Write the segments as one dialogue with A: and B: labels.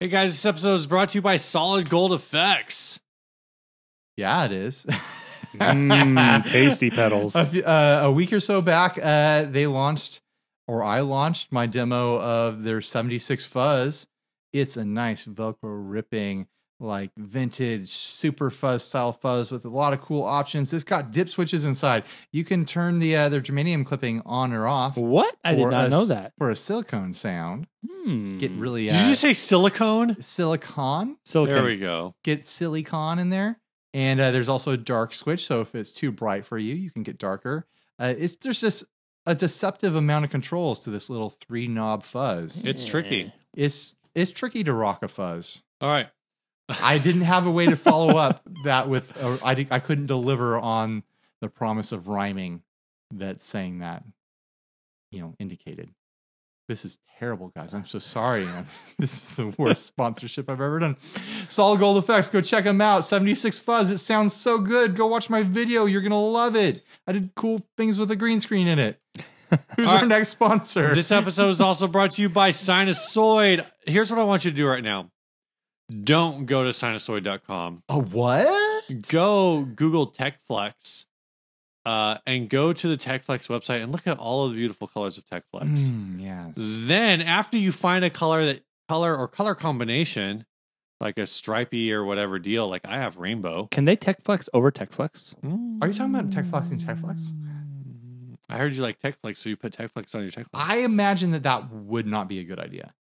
A: Hey guys, this episode is brought to you by Solid Gold Effects.
B: Yeah, it is.
C: Mm, tasty petals.
B: A, few, uh, a week or so back, uh, they launched, or I launched my demo of their 76 Fuzz. It's a nice Velcro ripping, like vintage super fuzz style fuzz with a lot of cool options. It's got dip switches inside. You can turn the uh, their germanium clipping on or off
C: What? I did
B: For
C: not
B: us.
C: know that.
B: for a silicone sound.
C: Hmm.
B: Get really
A: Did
B: uh,
A: you just say silicone?
B: silicone?
C: silicon.
A: There we go.
B: get silicon in there. And uh, there's also a dark switch. So if it's too bright for you, you can get darker. Uh, it's there's just a deceptive amount of controls to this little three knob fuzz.
A: It's tricky.
B: It's it's tricky to rock a fuzz.
A: All right.
B: I didn't have a way to follow up that with or I di- I couldn't deliver on the promise of rhyming that saying that you know indicated. This is terrible, guys. I'm so sorry. man. this is the worst sponsorship I've ever done. Solid Gold Effects, go check them out. 76 Fuzz, it sounds so good. Go watch my video. You're gonna love it. I did cool things with a green screen in it. Who's
A: All
B: our
A: right.
B: next sponsor?
A: This episode is also brought to you by Sinusoid. Here's what I want you to do right now. Don't go to sinusoid.com.
B: a what?
A: Go Google TechFlex uh, and go to the TechFlex website and look at all of the beautiful colors of TechFlex.
B: Mm, yes.
A: Then after you find a color that color or color combination, like a stripey or whatever deal, like I have rainbow.
C: Can they tech flex over tech flex?
B: Are you talking about TechFlex and TechFlex?
A: I heard you like TechFlex, so you put TechFlex on your TechFlex.
B: I imagine that that would not be a good idea.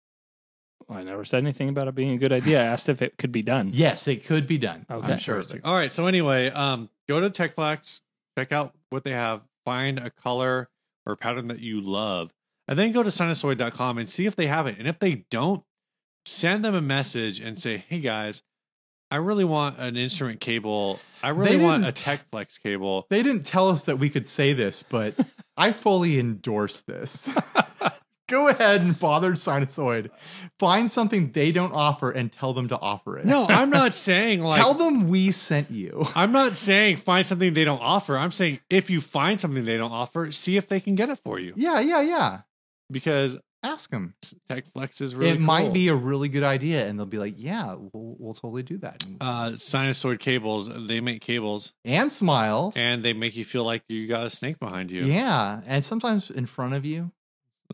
C: Well, I never said anything about it being a good idea. I asked if it could be done.
B: Yes, it could be done.
C: Okay.
B: I'm sure. it's-
A: All right. So anyway, um, go to TechFlex, check out what they have, find a color or pattern that you love, and then go to sinusoid.com and see if they have it. And if they don't, send them a message and say, "Hey guys, I really want an instrument cable. I really
B: They
A: want a
B: didn't-
A: TechFlex cable."
B: They didn't tell us that we could say this, but I fully endorse this. Go ahead and bother Sinusoid. Find something they don't offer and tell them to offer it.
A: No, I'm not saying like
B: tell them we sent you.
A: I'm not saying find something they don't offer. I'm saying if you find something they don't offer, see if they can get it for you
B: Yeah, yeah, yeah.
A: because
B: Ask them.
A: TechFlex is really
B: it might
A: cool.
B: be a really good idea, and they'll be like, "Yeah, we'll, we'll totally do that." And,
A: uh, sinusoid cables. They make cables
B: and smiles.
A: and they make you feel like you got a snake behind you,
B: yeah, and sometimes in front of you,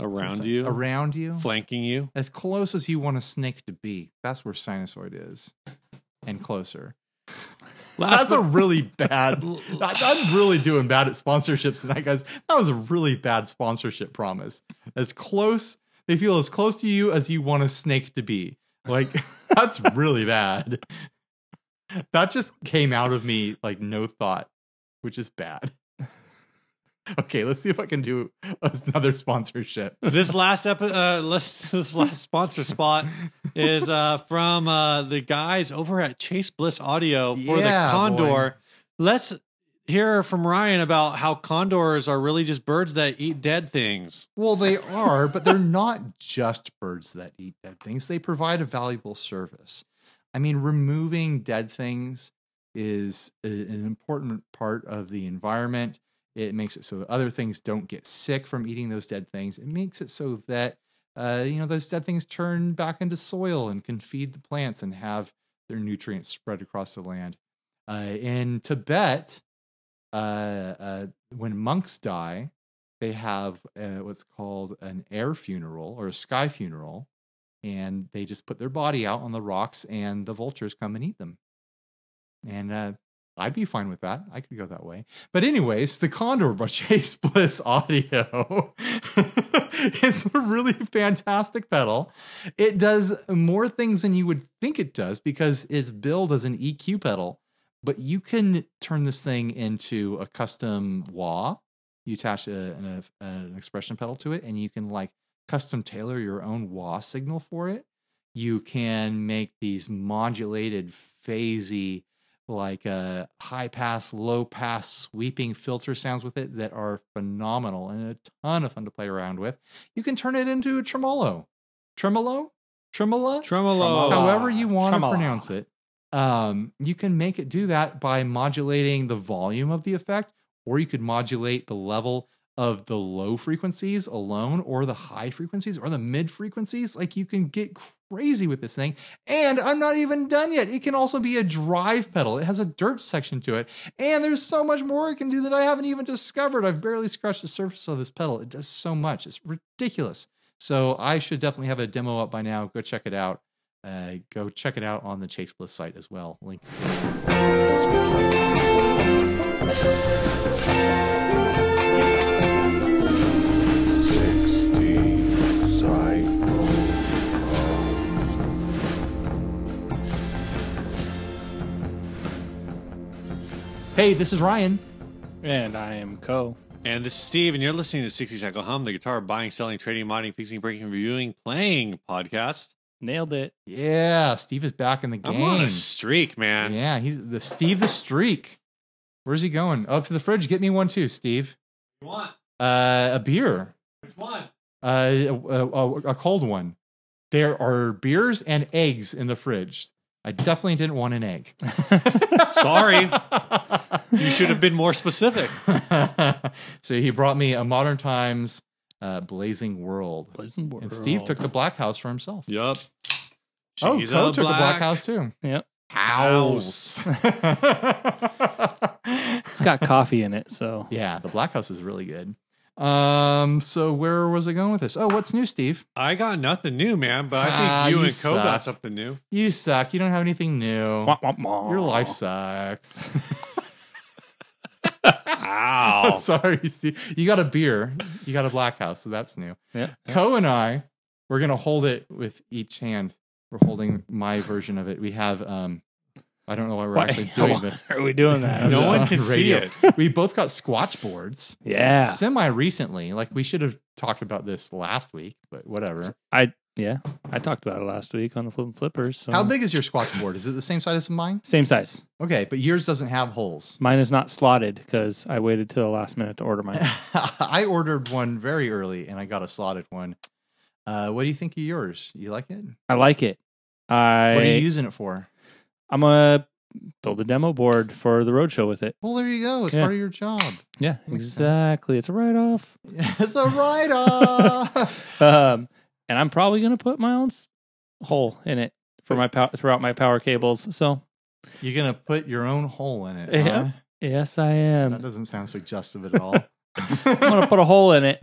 A: around
B: sometimes
A: you,
B: around you,
A: flanking you.
B: as close as you want a snake to be. That's where sinusoid is, and closer. That's a really bad. I, I'm really doing bad at sponsorships tonight, guys. That was a really bad sponsorship promise. As close, they feel as close to you as you want a snake to be. Like that's really bad. That just came out of me like no thought, which is bad. Okay, let's see if I can do another sponsorship.
A: this last epi- uh, less- this last sponsor spot is uh, from uh, the guys over at Chase Bliss Audio for
B: Yeah,
A: the condor. Let's hear from Ryan about how condors are really just birds that eat dead things.
B: Well, they are, but they're not just birds that eat dead things. They provide a valuable service. I mean, removing dead things is a- an important part of the environment. It makes it so that other things don't get sick from eating those dead things. It makes it so that uh, you know those dead things turn back into soil and can feed the plants and have their nutrients spread across the land. Uh, in Tibet, uh, uh, when monks die, they have uh, what's called an air funeral or a sky funeral, and they just put their body out on the rocks, and the vultures come and eat them. And uh, I'd be fine with that. I could go that way. But anyways, the Condor by Chase Bliss Audio. it's a really fantastic pedal. It does more things than you would think it does because it's billed as an EQ pedal. But you can turn this thing into a custom wah you attach a, an, a, an expression pedal to it and you can like custom tailor your own wah signal for it you can make these modulated phasey like uh, high pass low pass sweeping filter sounds with it that are phenomenal and a ton of fun to play around with you can turn it into a tremolo tremolo
A: Tremolo.
B: tremola
C: Tremolo.
B: however you want
C: Tremolo.
B: to pronounce it. Um, you can make it do that by modulating the volume of the effect, or you could modulate the level of the low frequencies alone or the high frequencies or the mid frequencies. Like you can get crazy with this thing. And I'm not even done yet. It can also be a drive pedal. It has a dirt section to it. And there's so much more it can do that I haven't even discovered. I've barely scratched the surface of this pedal. It does so much. It's ridiculous. So I should definitely have a demo up by now. Go check it out. Uh, go check it out on the Chase Bliss site as well. Link. Hey, this is Ryan.
C: And I am Co.
A: And this is Steve, and you're listening to 60 Cycle Hum, the guitar buying, selling, trading, modding, fixing, breaking, reviewing, playing podcast.
C: Nailed it.
B: Yeah, Steve is back in the
A: I'm on
B: game.
A: a streak, man.
B: Yeah, he's the Steve the Streak. Where's he going? Up to the fridge. Get me one too, Steve.
A: Which one?
B: Uh, a beer.
A: Which one?
B: uh, a, a, a cold one. There are beers and eggs in the fridge. I definitely didn't want an egg.
A: Sorry. You should have been more specific.
B: so he brought me a modern times uh, blazing world.
C: Blazing World.
B: and Steve took the black house for himself.
A: Yup.
B: oh,
A: She's
B: Cole
A: a
B: took the black house too.
C: Yep.
A: House.
C: It's got coffee in it, so
B: yeah, the black house is really good. Um, so where was I going with this? Oh, what's new, Steve?
A: I got nothing new, man, but I think
B: Ah,
A: you,
B: you
A: and Co got
B: suck.
A: something new.
B: You suck. You don't have anything new.
C: Wah, wah, wah.
B: Your life sucks.
C: Oh.
A: Ow.
B: Sorry, Steve. You got a beer. You got a black house, so that's new.
C: Yeah.
B: Co and I, we're gonna hold it with each hand. We're holding my version of it. We have um I don't know why we're
C: Why-
B: actually doing
C: why
B: this.
C: Are we doing that?
A: no
B: It's
A: one
B: on
A: can see
B: radio.
A: it.
B: We both got squatch boards
C: Yeah.
B: semi recently. Like we should have talked about this last week, but whatever.
C: I yeah. I talked about it last week on the Flip and Flippers. So.
B: How big is your squatch board? Is it the same size as mine?
C: Same size.
B: Okay, but yours doesn't have holes.
C: Mine is not slotted because I waited till the last minute to order mine.
B: I ordered one very early and I got a slotted one. Uh, what do you think of yours? You like it?
C: I like it. I
B: What are you using it for?
C: I'm gonna build a demo board for the roadshow with it.
B: Well, there you go. It's
C: Yeah.
B: part of your job.
C: Yeah,
B: Makes sense.
C: exactly. It's a write off.
B: It's a write off.
C: Um, and I'm probably gonna put my own s- hole in it for my pow- throughout my power cables. So
B: You're going to put your own hole in it.
C: Yeah.
B: huh?
C: yes, I
B: That
C: am.
B: doesn't sound suggestive at all.
C: I'm gonna put a hole in it.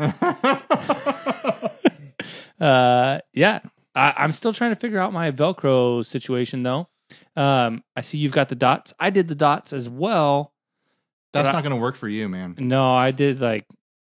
C: Uh, yeah, I- I'm still trying to figure out my Velcro situation though. Um, I see you've got the dots. I did the dots as well.
B: That's
C: But I-
B: not going to work for you, man.
C: No, I did like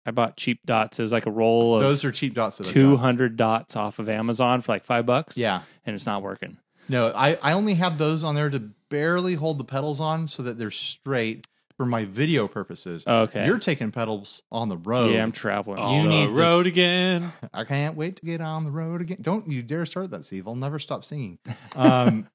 C: I bought cheap dots. It was like a roll of
B: Those are cheap dots. That I've got.
C: two hundred dots off of Amazon for like five bucks.
B: Yeah.
C: and it's not working.
B: No, I, I only have those on there to barely hold the pedals on so that they're straight for my video purposes.
C: Okay,
B: You're taking pedals on the road.
C: yeah, I'm traveling.
A: On
B: need
A: the
B: this-
A: road again.
B: I can't wait to get on the road again. Don't you dare start that, Steve. I'll never stop singing. Um,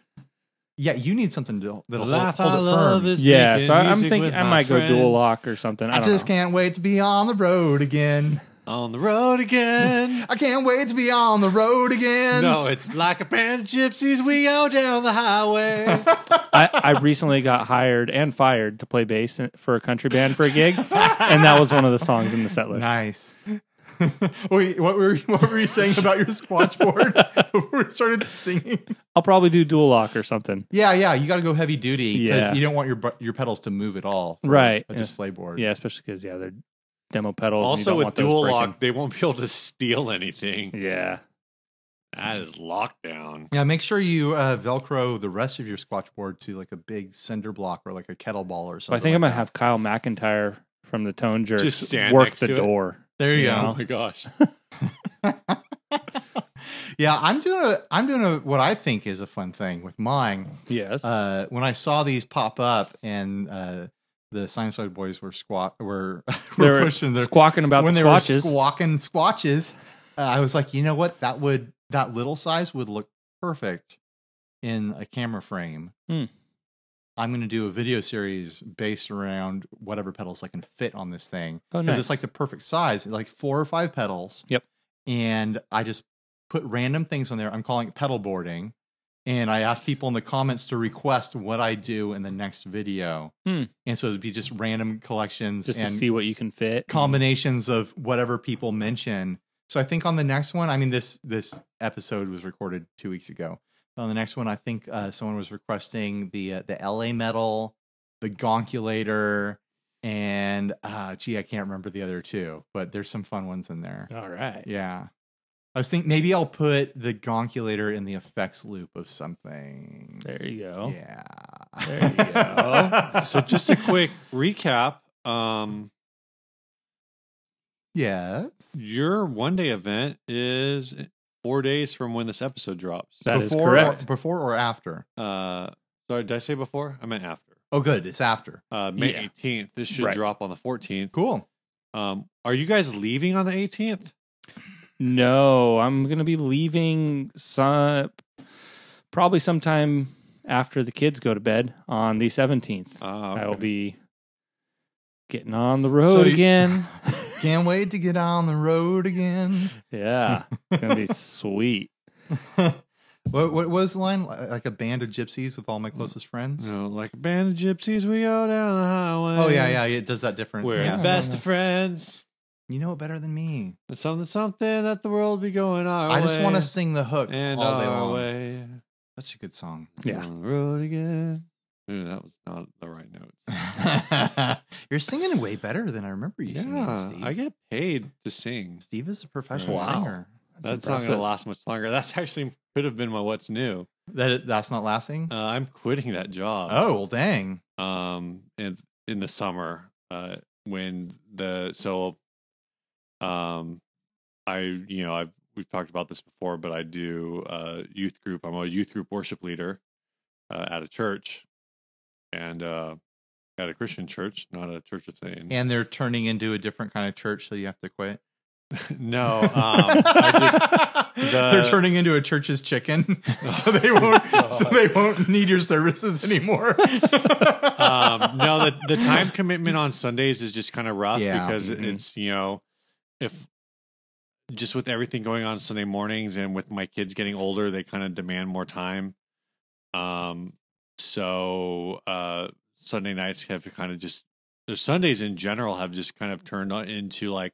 B: yeah, you need something to, that'll hold,
A: Laugh,
B: hold
A: I
B: it
A: love
B: firm.
A: is
C: yeah,
A: making
C: so I- I'm
A: music
C: thinking
A: with
C: I
A: my
C: might go dual
A: friends.
C: lock or something. I,
B: I
C: don't
B: just
C: know.
B: can't wait to be on the road again.
A: On the road again.
B: I can't wait to be on the road again.
A: no, it's like a band of gypsies. We go down the highway.
C: I, I recently got hired and fired to play bass in- for a country band for a gig, and that was one of the songs in the set list.
B: Nice. wait, what were what were you saying about your squatch board before we started singing?
C: I'll probably do dual lock or something.
B: Yeah, yeah, you got to go heavy duty because
C: Yeah.
B: you don't want your bu- your pedals to move at all. for
C: Right,
B: a
C: yeah.
B: display board.
C: Yeah, especially because yeah, they're demo pedals. and you
A: also,
C: don't
A: with
C: want those
A: dual
C: breaking.
A: lock, they won't be able to steal anything.
C: Yeah,
A: That is lockdown.
B: Yeah, make sure you uh, Velcro the rest of your squatch board to like a big cinder block or like a kettleball or
C: so
B: something.
C: I think
B: like
C: I'm gonna
B: that.
C: have Kyle McIntyre from the Tone Jerks
A: Just stand
C: work
A: next
C: the
A: to it.
C: door.
B: There you
C: Yeah.
A: Oh
B: go.
A: my gosh.
B: Yeah, I'm doing a I'm doing a what I think is a fun thing with mine.
C: Yes.
B: Uh, when I saw these pop up and uh, the sinusoid boys were squat were
C: they
B: were
C: were
B: pushing their
C: squawking about
B: when
C: the
B: they
C: squatches.
B: were squawking squatches, uh, I was like, you know what? That would that little size would look perfect in a camera frame.
C: Hmm.
B: I'm going to do a video series based around whatever pedals I can fit on this thing
C: oh,
B: because it's like the perfect size, like four or five pedals.
C: Yep.
B: And I just put random things on there. I'm calling it pedal boarding. And I asked people in the comments to request what I do in the next video.
C: Hmm.
B: And so it'd be just random collections
C: just to
B: and
C: see what you can fit.
B: combinations of whatever people mention. So I think on the next one, I mean this this episode was recorded two weeks ago. On the next one, I think uh, someone was requesting the uh, the LA medal, the Gonculator, and uh, gee, I can't remember the other two, but there's some fun ones in there.
C: All right.
B: Yeah, I was thinking maybe I'll put the Gonculator in the effects loop of something.
C: There you go.
B: Yeah.
C: There you go.
A: So just a quick recap. Um,
B: yes.
A: your one day event is four days from when this episode drops.
C: That is
B: before
C: correct.
B: Or, before or after?
A: Uh, sorry, did I say before? I meant after.
B: Oh, good. It's after.
A: Uh, May
C: Yeah.
A: 18th. This should
C: Right.
A: drop on the 14th.
B: Cool.
A: Um, are you guys leaving on the 18th?
C: No, I'm going to be leaving some, probably sometime after the kids go to bed on the 17th.
B: Oh,
A: Uh,
C: I will be getting on the road
B: you-
C: again.
B: Can't wait to get on the road again.
C: yeah. It's going to be sweet.
B: what, what was the line? Like a band of gypsies with all my closest friends?
A: No, like a band of gypsies, we go down the highway.
B: Oh, yeah, yeah. It does that different.
A: We're
B: yeah.
A: the
C: back.
A: best of friends.
B: You know it better than me.
A: It's something, something that the world be going our
B: I just
A: way
B: want to sing the hook
A: and
B: all day
A: our
B: long.
A: way.
B: That's a good song.
C: Yeah.
A: On the road again. Ooh, that was not the right notes.
B: You're singing it way better than I remember you singing,
A: yeah,
B: Steve.
A: I get paid to sing.
B: Steve is a professional
C: Wow.
B: singer.
A: That's not going to
C: impressive.
A: last much longer. That's actually could have been my what's new.
B: That That's not lasting?
A: Uh, I'm quitting that job.
B: oh, well, dang.
A: um in in the summer uh when the so um i you know i've we've talked about this before but i do uh youth group i'm a youth group worship leader uh, at a church and uh at a christian church not a church of Satan.
B: And they're turning into a different kind of church, so you have to quit.
A: no um i just the-
B: they're turning into a church's chicken, so they won't.
A: God.
B: so they won't need your services anymore.
A: um no the the time commitment on sundays is just kind of rough
B: Yeah.
A: because
B: Mhm.
A: it's you know if just with everything going on sunday mornings and with my kids getting older they kind of demand more time um so uh sunday nights have kind of just the sundays in general have just kind of turned on into like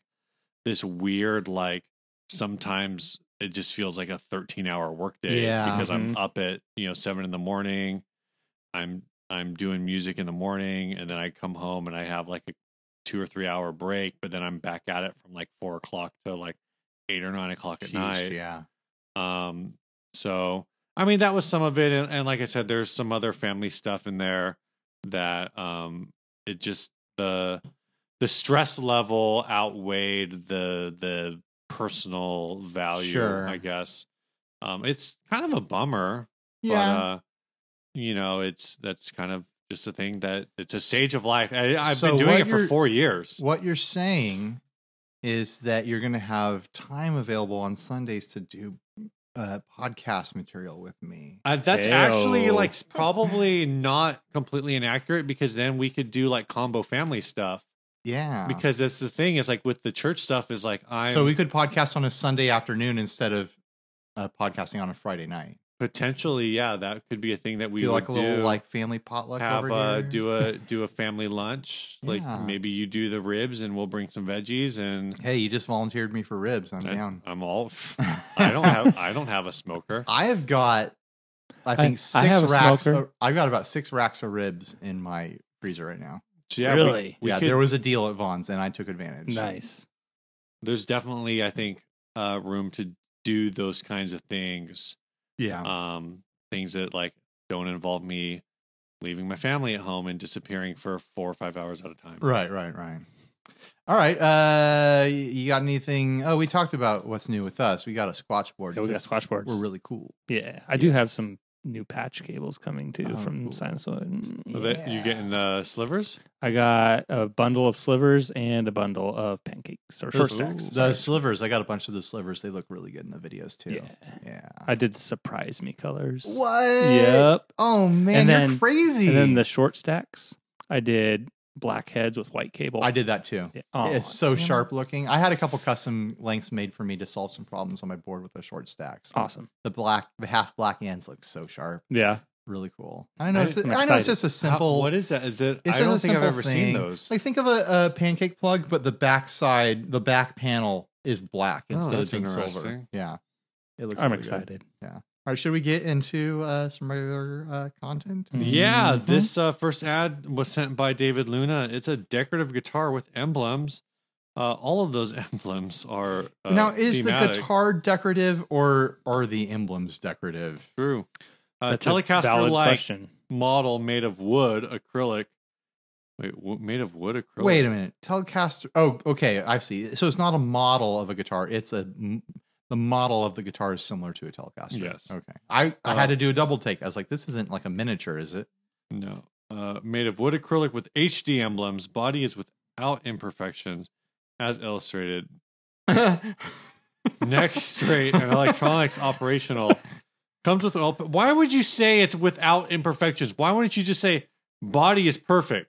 A: this weird like sometimes it just feels like a 13 hour workday
B: Yeah. mm-hmm.
A: because i'm up at you know seven in the morning i'm i'm doing music in the morning and then i come home and i have like a two or three hour break but then i'm back at it from like four o'clock to like eight or nine o'clock at
B: Jeez,
A: night
B: yeah.
A: um, so I mean that was some of it, and, and like I said, there's some other family stuff in there that um, it just the the stress level outweighed the the personal value,
B: Sure.
A: I guess. Um, it's kind of a bummer,
B: Yeah.
A: but uh, you know, it's that's kind of just a thing that it's a stage of life. I, I've
B: So
A: been doing
B: what
A: it for
B: you're-
A: four years.
B: what you're saying is that you're going to have time available on Sundays to do uh, podcast material with me.
A: Uh, that's
C: Ew.
A: actually like s- probably not completely inaccurate because then we could do like combo family stuff
B: Yeah.
A: because that's the thing is like with the church stuff is like I'm
B: Ah. so we could podcast on a Sunday afternoon instead of uh, podcasting on a Friday night.
A: potentially yeah that could be a thing that we
B: do
A: would
B: like a little
A: do,
B: like family potluck
A: have
B: over
A: uh
B: here.
A: do a do a family lunch
B: Yeah.
A: like maybe you do the ribs and we'll bring some veggies and
B: hey, you just volunteered me for ribs. I'm down.
A: I, am all I don't have I don't have a smoker
B: I have got, I think six
C: I have a
B: racks.
C: smoker.
B: Of, I've got about six racks of ribs in my freezer right now.
A: yeah, we-
C: really?
A: we
B: yeah,
A: could-
B: there was a deal at Vaughn's, and I took advantage.
C: Nice.
A: there's definitely I think uh room to do those kinds of things
B: Yeah,
A: um, things that like don't involve me leaving my family at home and disappearing for four or five hours at a time.
B: right, right, right. All right. Uh, you got anything? Oh, we talked about what's new with us. We got a squatch board.
C: Yeah, we got
B: 'cause
C: squash boards.
B: We're really cool.
C: yeah. I do have some new patch cables coming too
B: Oh,
C: from
B: cool.
C: Sinusoid.
A: So that you getting the slivers?
C: I got a bundle of slivers and a bundle of pancakes or short
B: Those-
C: stacks.
B: The slivers. I got a bunch of the slivers. They look really good in the videos too.
C: Yeah.
B: Yeah.
C: I did surprise me colors.
B: What?
C: Yep.
B: Oh man,
C: And
B: you're
C: then-
B: crazy.
C: And then the short stacks, I did black heads with white cable.
B: I did that too.
C: Yeah. Oh,
B: it's so
C: damn it.
B: sharp looking. I had a couple custom lengths made for me to solve some problems on my board with the short stacks.
C: Awesome.
B: The black, the half black ends look so sharp.
C: Yeah.
B: Really cool. I know. It's,
C: I'm
B: I know it's
C: excited.
B: just a
A: How-
B: simple.
A: what is that? Is it?
B: It's
A: I
B: just a
A: don't think I've
B: simple
A: ever
B: thing.
A: seen those.
B: Like think of a, a pancake plug, but the back side, the back panel is black
A: Oh,
B: instead of
A: that's
B: being silver.
A: interesting.
B: Yeah, it looks.
C: I'm
B: really good.
C: excited.
B: All right, should we get into uh, some regular uh, content?
A: yeah,
B: mm-hmm.
C: Mhm.
A: this uh, first ad was sent by David Luna. It's a decorative guitar with emblems. Uh, all of those emblems are uh,
B: now, is
A: thematic.
B: the guitar decorative or are the emblems decorative?
A: true? Uh,
C: That's a
A: Telecaster
C: valid
A: like
C: question.
A: model made of wood acrylic. Wait, w- made of wood acrylic?
B: Wait a minute, Telecaster. Oh, okay, I see. So it's not a model of a guitar; it's a the model of the guitar is similar to a Telecaster.
A: Yes.
B: Okay. I, I had
A: Uh,
B: to do a double take. I was like, this isn't like a miniature, is it?
A: No. Uh, made of wood acrylic with HD emblems. Body is without imperfections, as illustrated. Neck straight and electronics operational. Comes with all. Why would you say it's without imperfections? Why wouldn't you just say body is perfect?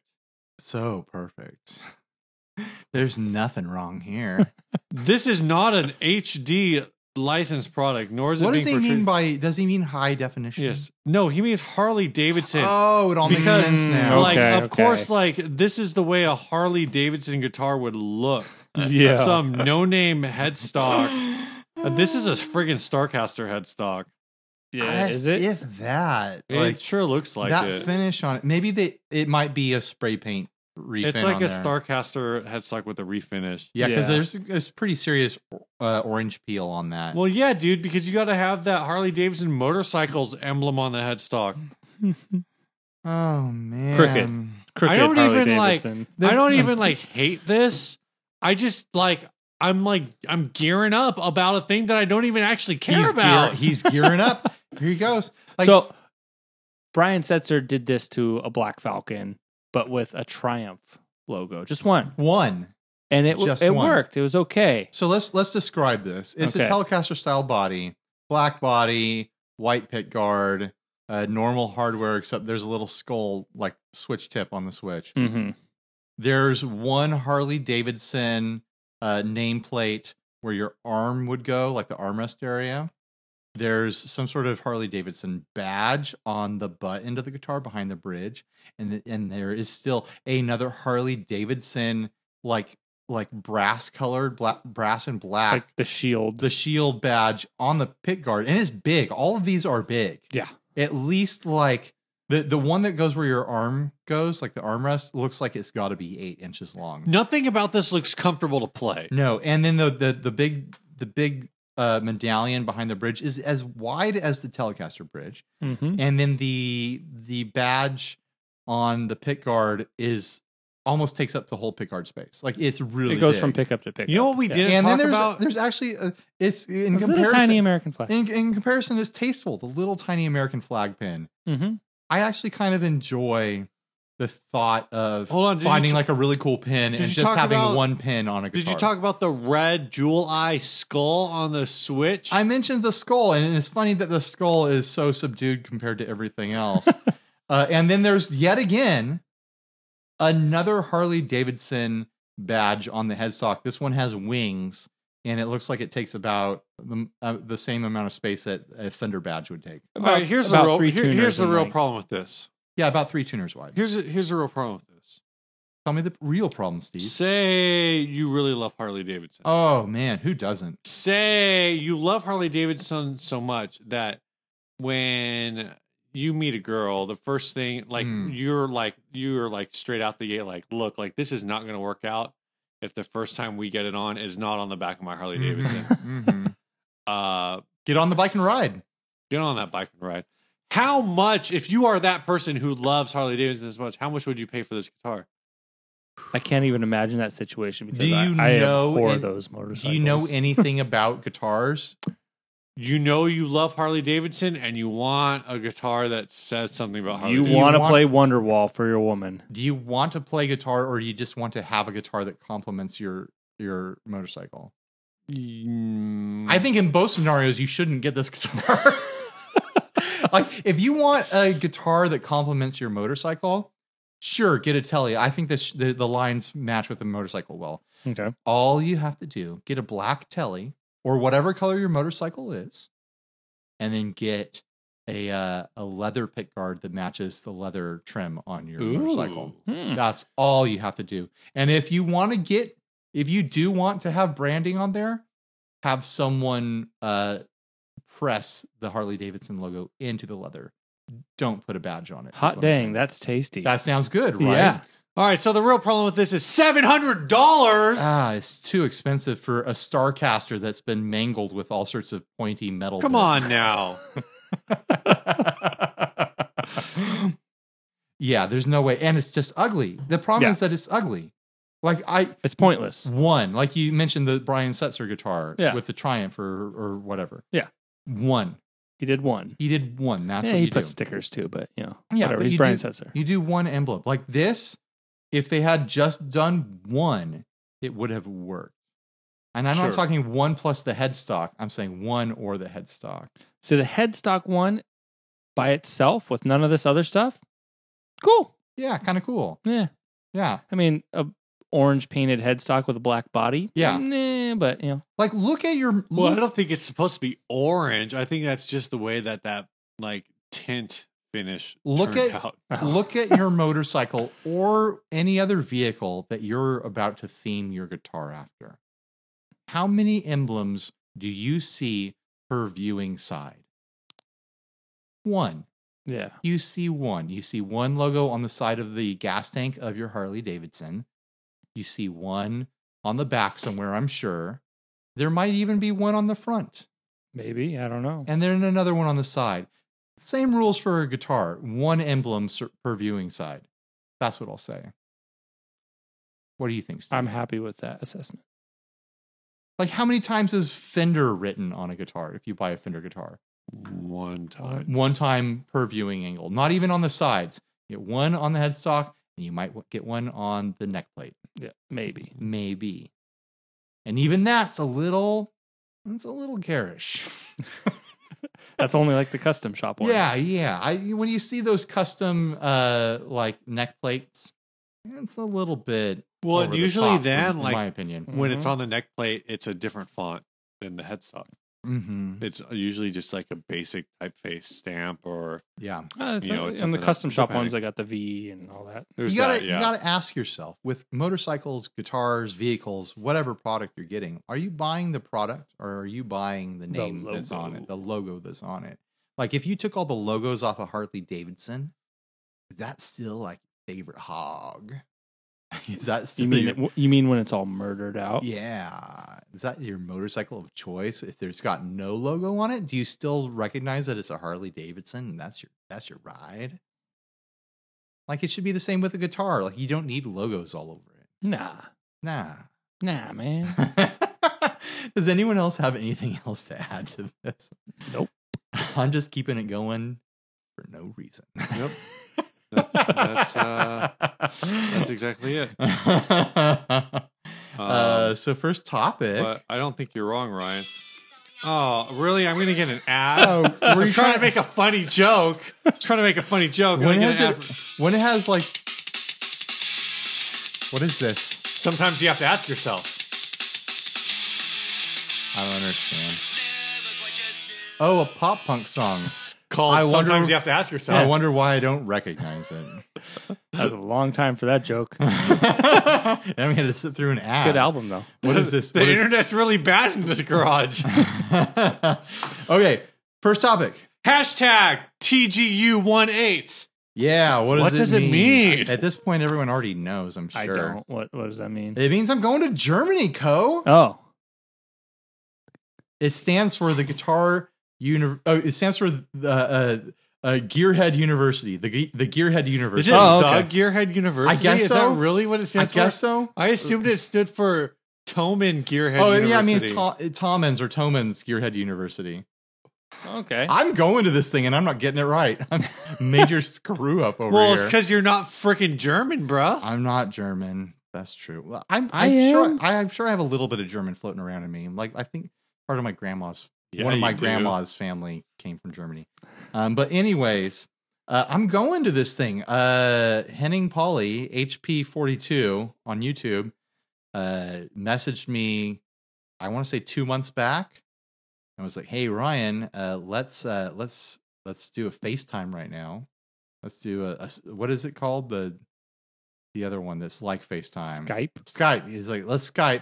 B: So perfect. There's nothing wrong here.
A: This is not an HD licensed product, nor is it
B: what does
A: being
B: he mean
A: portrayed-
B: by? Does he mean high definition?
A: Yes. No, he means Harley Davidson.
B: Oh, it all makes
A: Because,
B: sense now.
A: like,
C: Okay,
A: of
C: okay.
A: course, like this is the way a Harley Davidson guitar would look.
C: Yeah.
A: uh, Some no name headstock. Uh, This is a friggin' Starcaster headstock.
C: yeah. Is it?
B: If that, like,
A: it sure looks like
B: that
A: it.
B: finish on it, maybe they it might be a spray paint refin.
A: It's like
B: on
A: a
B: there.
A: Starcaster headstock with a refinish.
B: Yeah, because
C: Yeah.
B: there's there's pretty serious uh, orange peel on that.
A: Well, yeah, dude, because you got to have that Harley Davidson motorcycles emblem on the headstock.
B: oh man,
C: Cricket. Crooked
A: I don't
C: Harley
A: even, like-
C: Davidson. Mm.
B: The-
A: I don't even like hate this. I just like I'm like I'm gearing up about a thing that I don't even actually care
B: He's, gear,
A: about.
B: he's gearing up. Here he goes. Like,
C: so Brian Setzer did this to a Black Falcon, but with a Triumph logo, just one,
B: one.
C: and it
B: Just
C: it
B: one.
C: worked. It was okay.
B: So let's let's describe this. It's a
C: Okay.
B: Telecaster style body, black body, white pit guard, uh, normal hardware except there's a little skull like switch tip on the switch.
C: Mm-hmm.
B: There's one Harley Davidson uh, nameplate where your arm would go, like the armrest area. There's some sort of Harley Davidson badge on the butt end of the guitar behind the bridge, and th- and there is still another Harley Davidson like like brass colored black brass and
A: Ah.
B: black
C: Like the shield.
B: the shield badge on the pit guard, and it's big. All of these are big.
C: Yeah.
B: At least like the the one that goes where your arm goes, like the armrest, looks like it's got to be eight inches long.
A: Nothing about this looks comfortable to play.
B: No, and then the the the big the big uh, medallion behind the bridge is as wide as the Telecaster bridge,
C: Mhm.
B: and then the the badge on the pit guard is almost takes up the whole pit guard space. Like it's really
C: it goes
B: big.
C: from pickup to pickup.
A: You know what we
C: Yeah.
A: didn't
B: and
A: talk
B: then there's
A: about?
B: there's actually a, it's in
C: A little
B: comparison
C: tiny American flag.
B: in, in comparison, it's tasteful. The little tiny American flag pin.
A: Mm-hmm.
C: Mhm.
B: I actually kind of enjoy the thought of
A: Hold on, did you
B: finding
A: t-
B: like a really cool pin
A: did
B: and
A: you
B: just
A: talk
B: having
A: about-
B: one pin on a guitar.
A: Did you talk about the red jewel eye skull on the Switch?
B: I mentioned the skull, and it's funny that the skull is so subdued compared to everything else. uh, and then there's yet again another Harley Davidson badge on the headstock. This one has wings, and it looks like it takes about the, uh, the same amount of space that a Thunder badge would take.
A: All right, here's the
C: about
A: real
C: three
A: here-
C: tuners
A: here's the
C: and
A: real
C: mics.
A: problem with this.
B: Yeah, about three tuners wide.
A: Here's here's the real problem with this.
B: Tell me the real problem, Steve.
A: Say you really love Harley Davidson.
B: Oh man, who doesn't?
A: Say you love Harley Davidson so much that when you meet a girl, the first thing like
B: Hmm.
A: you're like you're like straight out the gate, like, look, like this is not gonna work out if the first time we get it on is not on the back of my Harley
C: Mm-hmm.
A: Davidson.
B: Mhm, mhm.
A: Uh
B: Get on the bike and ride.
A: get on that bike and ride. How much, if you are that person who loves Harley Davidson this much, how much would you pay for this guitar?
C: I can't even imagine that situation because
B: Do
C: I-
B: you
C: I,
B: know
C: abhor
B: it-
C: those
B: Do
C: motorcycles.
B: you know anything about guitars?
A: You know you love Harley Davidson and you want a guitar that says something about Harley.
C: you
B: Do you
A: Davidson.
C: want to
B: want-
C: play Wonderwall for your woman?
B: Do you want to play guitar, or you just want to have a guitar that complements your your motorcycle?
A: Mm.
B: I think in both scenarios, you shouldn't get this guitar. like, if you want a guitar that complements your motorcycle, sure, get a telly. I think this, the, the lines match with the motorcycle well.
C: Okay.
B: All you have to do, get a black telly or whatever color your motorcycle is, and then get a uh, a leather pick guard that matches the leather trim on your motorcycle.
C: Hmm.
B: That's all you have to do. And if you want to get, if you do want to have branding on there, have someone uh, press the Harley Davidson logo into the leather. Don't put a badge on it. is
C: Hot
B: what I'm
C: dang,
B: saying.
C: that's tasty.
B: that sounds good, right?
C: Yeah.
A: All right, so the real problem with this is seven hundred dollars.
B: Ah, it's too expensive for a Starcaster that's been mangled with all sorts of pointy metal.
A: Come on now.
B: on. yeah, there's no way, and it's just ugly. The problem
C: Yeah.
B: is that it's ugly. Like I
C: it's pointless.
B: one, like you mentioned, the Brian Setzer guitar
C: Yeah.
B: with the Triumph or or whatever.
C: Yeah.
B: one.
C: He did one.
B: He did one. That's
C: yeah,
B: what
C: he
B: you
C: put
B: do.
C: stickers too, but you know,
B: Yeah,
C: whatever.
B: but
C: He's
B: you
C: Brian
B: do-
C: Setzer.
B: You do one emblem like this. If they had just done one, it would have worked. And I'm
A: Sure.
B: not talking one plus the headstock. I'm saying one or the headstock.
C: So the headstock one by itself with none of this other stuff, cool.
B: Yeah, kind of cool.
C: Yeah.
B: Yeah,
C: I mean, a orange painted headstock with a black body.
B: Yeah.
C: Nah, but you know,
B: like look at your
A: Well, I
B: look-
A: don't think it's supposed to be orange. I think that's just the way that that like tint finish
B: Look
A: turned
B: at-
A: out.
B: look at your motorcycle or any other vehicle that you're about to theme your guitar after. How many emblems do you see per viewing side? One.
C: yeah.
B: you see one. You see one logo on the side of the gas tank of your Harley Davidson. You see one on the back somewhere, I'm sure. There might even be one on the front,
C: Maybe. I don't know.
B: and then another one on the side. Same rules for a guitar one emblem ser- per viewing side. That's what I'll say. What do you think, Steve?
C: I'm happy with that assessment.
B: like, how many times is Fender written on a guitar if you buy a Fender guitar?
A: One time.
B: One time per viewing angle, not even on the sides. You get one on the headstock, and you might w- get one on the neck plate.
C: Yeah, maybe.
B: maybe. And even that's a little it's a little garish.
C: That's only like the custom shop one.
B: Yeah, yeah. I when you see those custom uh like neck plates, it's a little bit
A: Well,
B: over
A: and
B: the
A: usually
B: top, mm-hmm. in-
A: then
B: in
A: like
B: my opinion.
A: when it's on the neck plate, it's a different font than the headstock.
B: Mhm.
A: It's usually just like a basic typeface stamp or
B: Yeah.
C: Uh, it's
A: You know,
C: like-
A: it's
C: and the
A: something
C: custom
A: else.
C: shop
A: Depending.
C: ones, I got the V and all that.
A: there's
B: you gotta
A: that. Yeah.
B: you gotta ask yourself with motorcycles, guitars, vehicles, whatever product you're getting, are you buying the product or are you buying the
C: The
B: name that's on
C: logo.
B: it, the logo that's on it? Like if you took all the logos off of Harley Davidson, is that still like your favorite hog? is that still
C: You mean
B: your,
C: it, you mean when it's all murdered out?
B: yeah? Is that your motorcycle of choice? If there's got no logo on it, do you still recognize that it's a Harley Davidson and that's your that's your ride? Like it should be the same with a guitar. Like you don't need logos all over it.
C: Nah,
B: Nah.
C: nah, man.
B: Does anyone else have anything else to add to this?
C: Nope.
B: I'm just keeping it going for no reason.
A: Yep. That's, that's, uh, that's exactly it. Um,
B: Uh, so first topic.
A: But I don't think you're wrong, Ryan. Oh, really? I'm going to get an ad?
B: Oh,
A: I'm
B: were you
A: trying, to make a funny joke. trying to make a funny joke. and I
B: when
A: get
B: has
A: an
B: it
A: ad for-
B: when it has like what is this?
A: Sometimes you have to ask yourself.
B: I don't understand. Oh, a pop punk song.
A: Call
B: I
A: it
B: wonder-
A: sometimes you have to ask
B: I
A: yourself.
B: wonder why I don't recognize it.
C: That was a long time for that joke.
B: and I'm gonna sit through an ad.
C: Good album though.
B: What is this?
A: The
B: What is-
A: internet's really bad in this garage.
B: okay, first topic.
A: Hashtag TGU18.
B: Yeah, what does,
A: What
B: it,
A: does it
B: mean?
A: mean?
B: At this point, everyone already knows. I'm sure.
C: I don't. What What does that mean?
B: It means I'm going to Germany, Co.
C: Oh,
B: It stands for the Guitar Uni- oh, It stands for the uh, uh, Gearhead University. The Ge- the Gearhead
A: Is
B: University.
A: it
C: Oh, okay.
A: the Gearhead University?
B: I guess
A: Is
B: so.
A: that really what it
B: I
A: stands for?
B: guess so.
A: I assumed it stood for Toman Gearhead
B: Oh
A: University.
B: yeah, it means Tom- Tomins or Tomins Gearhead University.
C: okay.
B: I'm going to this thing and I'm not getting it right. I'm major screw up over
A: Well,
B: here.
A: it's because you're not freaking German, bruh.
B: I'm not German. That's true. Well, I'm,
C: I
B: I'm sure
C: am.
B: I, I'm sure I have a little bit of German floating around in me. Like I think part of my grandma's
A: Yeah,
B: one of
A: you
B: my
A: do.
B: grandma's family came from Germany. Um, but anyways, Uh, I'm going to this thing. Uh, Henning Polly, HP42 on YouTube, uh, messaged me, I want to say two months back. I was like, "Hey Ryan, uh, let's uh, let's let's do a FaceTime right now. Let's do a, a s- what is it called the the other one that's like FaceTime
C: Skype.
B: Skype. He's like, let's Skype. I'm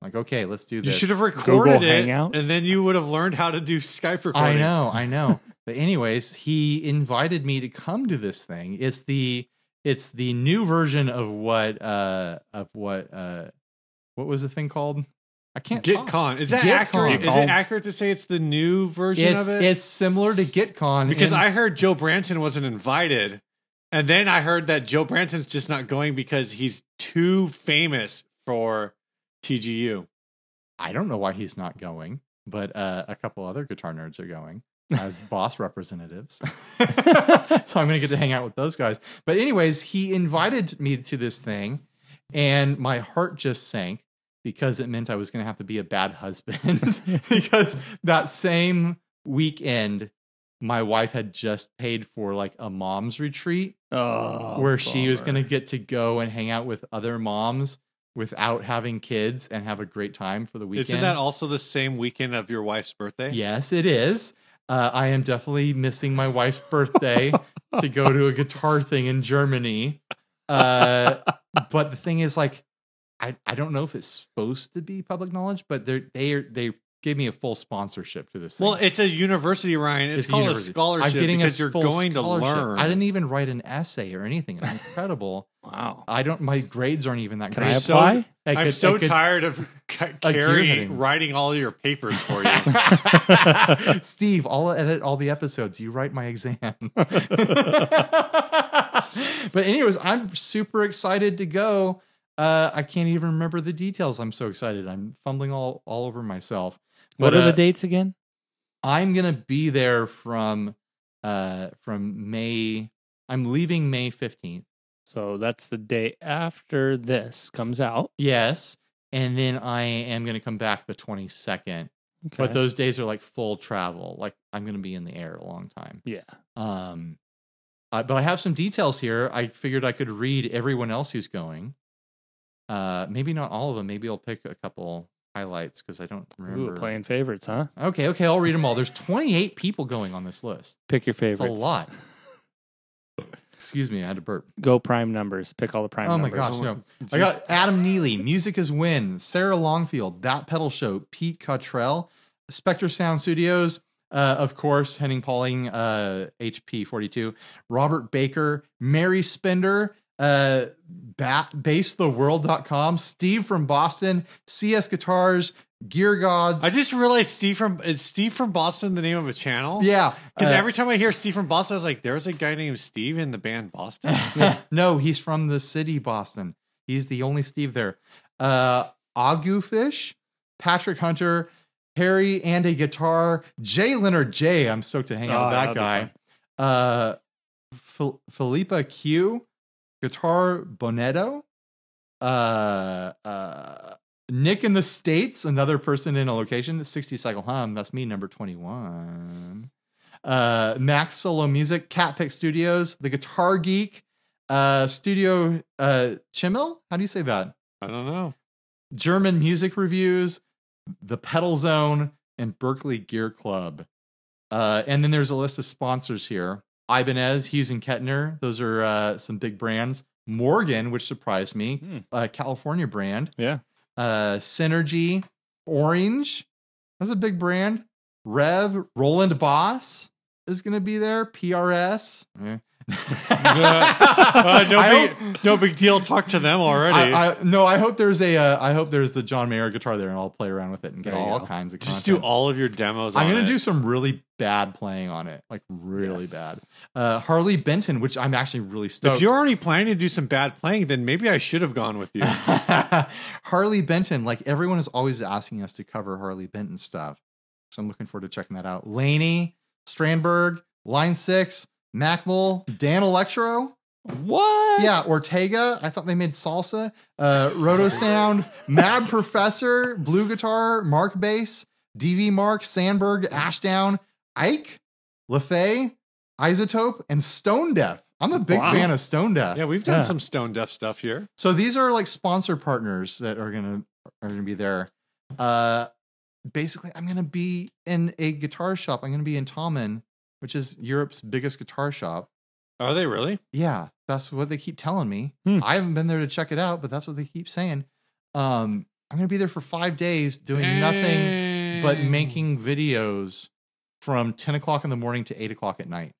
B: like, okay, let's do
A: You
B: this.
A: should have recorded
C: Google
A: it,
C: Hangouts?
A: and then you would have learned how to do Skype recording.
B: I know, I know. but anyways, he invited me to come to this thing. It's the it's the new version of what uh of what uh what was the thing called? I can't talk.
A: GitCon. Is that
B: GitCon.
A: accurate? Is it
B: GitCon.
A: accurate to say it's the new version
B: It's,
A: of it?
B: it's similar to GitCon
A: because
B: in-
A: I heard Joe Branton wasn't invited, and then I heard that Joe Branton's just not going because he's too famous for TGU.
B: I don't know why he's not going, but uh, a couple other guitar nerds are going as boss representatives. so I'm going to get to hang out with those guys. But, anyways, he invited me to this thing, and my heart just sank because it meant I was going to have to be a bad husband. because that same weekend, my wife had just paid for like a mom's retreat
C: Oh,
B: where she was going
C: bummer.
B: to get to go and hang out with other moms without having kids and have a great time for the weekend.
A: Isn't that also the same weekend of your wife's birthday?
B: Yes, it is. Uh, I am definitely missing my wife's birthday to go to a guitar thing in Germany. Uh, but the thing is, like, I, I don't know if it's supposed to be public knowledge, but they're, they are, they gave me a full sponsorship to this.
A: Well,
B: thing.
A: it's a university, Ryan. It's,
B: It's a
A: called a
B: university.
A: scholarship because you're
B: full
A: going to
B: scholarship.
A: learn.
B: I didn't even write an essay or anything. It's incredible.
C: Wow.
B: I don't. My grades aren't even that
C: Can I
B: great.
A: I'm so-
C: apply?
B: I
A: I'm
B: could-
A: so
B: I could-
A: tired of c- Carrie
B: Again.
A: writing all your papers for you.
B: Steve, I'll edit all the episodes. You write my exams. but anyways, I'm super excited to go. Uh, I can't even remember the details. I'm so excited. I'm fumbling all, all over myself.
C: What
B: But,
C: are
B: uh,
C: the dates again?
B: I'm gonna be there from uh from May. I'm leaving May 15th.
C: So that's the day after this comes out.
B: Yes. And then I am gonna come back the 22nd.
C: Okay.
B: But those days are like full travel. Like I'm gonna be in the air a long time.
C: yeah.
B: Um, I, but I have some details here. I figured I could read everyone else who's going. Uh, maybe not all of them. Maybe I'll pick a couple highlights because I don't
C: Ooh,
B: remember.
C: playing favorites, huh?
B: Okay, okay, I'll read them all. There's 28 people going on this list.
C: Pick your
B: It's
C: favorites.
B: a lot. Excuse me, I had to burp.
C: Go prime numbers. Pick all the prime
B: oh my
C: numbers.
B: gosh, no. I got Adam Neely, Music is Win, Sarah Longfield, That Pedal Show, Pete Cottrell, Spectre Sound Studios, uh, of course, Henning Pauling, uh, HP42, Robert Baker, Mary Spender, uh, ba- basetheworld.com, Steve from Boston, CS Guitars, Gear Gods.
A: I just realized Steve from is Steve from Boston the name of a channel?
B: yeah.
A: Because
B: uh,
A: every time I hear Steve from Boston, I was like, there's a guy named Steve in the band Boston.
B: no, he's from the city, Boston. He's the only Steve there. Uh, Agu Fish, Patrick Hunter, Harry and a guitar, Jay Leonard J. I'm stoked to hang out
C: Oh,
B: with that
C: that'd be
B: guy. Uh, F- Philippa Q, guitar Bonetto, uh, uh, Nick in the States, another person in a location, 60 Cycle Hum. That's me, number 21. Uh, Max Solo Music, Cat Pick Studios, The Guitar Geek, uh, Studio uh, Chimel. How do you say that?
A: I don't know.
B: German Music Reviews, The Pedal Zone, and Berkeley Gear Club. Uh, and then there's a list of sponsors here Ibanez, Hughes and Kettner. Those are uh, some big brands. Morgan, which surprised me,
C: Hmm.
B: a California brand.
C: Yeah.
B: Uh, Synergy, Orange. That's a big brand. Rev, Roland Boss is going to be there. PRS.
A: Uh,
B: Eh.
A: no,
B: I
A: big,
B: hope-
A: no big deal. Talk to them already.
B: I, I, no, I hope there's a. Uh, I hope there's the John Mayer guitar there, and I'll play around with it and get
C: There you
B: all
C: go.
B: kinds of.
A: just do
B: content.
A: all of your demos.
B: I'm
A: on
B: gonna
A: it.
B: do some really bad playing on it, like really
C: Yes.
B: bad. Uh, Harley Benton, which I'm actually really stoked.
A: If you're already planning to do some bad playing, then maybe I should have gone with you.
B: Harley Benton, like everyone is always asking us to cover Harley Benton stuff, so I'm looking forward to checking that out. Laney Strandberg, Line Six, Macmull, Dan Electro.
C: What?
B: Yeah, Ortega. I thought they made salsa. Uh, Roto Sound, Mad Professor, Blue Guitar, Mark Bass, DV Mark, Sandberg, Ashdown, Ike, LaFay, Isotope, and Stone Deaf. I'm a big
C: Wow.
B: fan of Stone Deaf.
A: Yeah, we've done
C: Yeah.
A: some stone deaf stuff here.
B: So these are like sponsor partners that are gonna are gonna be there. Uh, basically, I'm gonna be in a guitar shop. I'm gonna be in Tommen, which is Europe's biggest guitar shop.
A: Are they really?
B: Yeah, that's what they keep telling me.
C: Hmm.
B: I haven't been there to check it out, but that's what they keep saying. Um, I'm gonna be there for five days doing nothing but
A: Dang.
B: making videos from 10 o'clock in the morning to 8 o'clock at night.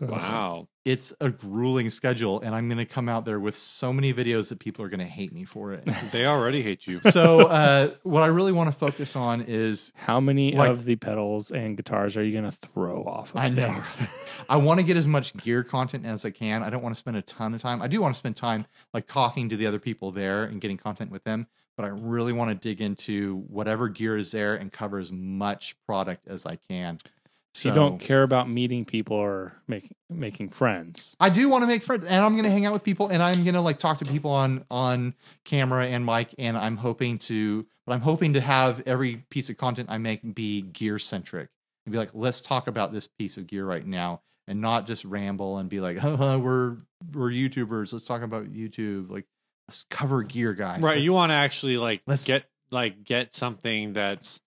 A: Wow.
B: It's a grueling schedule, and I'm gonna come out there with so many videos that people are gonna hate me for it.
A: They already hate you.
B: so uh, what I really want to focus on is
C: How many
B: Like-
C: of the pedals and guitars are you going to throw off of
B: I know.
C: things?
B: I want to get as much gear content as I can. I don't want to spend a ton of time. I do want to spend time like talking to the other people there and getting content with them, but I really want to dig into whatever gear is there and cover as much product as I can.
C: So you don't care about meeting people or making making friends.
B: I do want to make friends and I'm going to hang out with people and I'm going to like talk to people on on camera and mic and I'm hoping to but I'm hoping to have every piece of content I make be gear centric. And be like let's talk about this piece of gear right now and not just ramble and be like we're we're YouTubers let's talk about YouTube like let's cover gear guys.
A: right. You
B: Let's-
A: want to actually like
B: Let's-
A: get like get something that's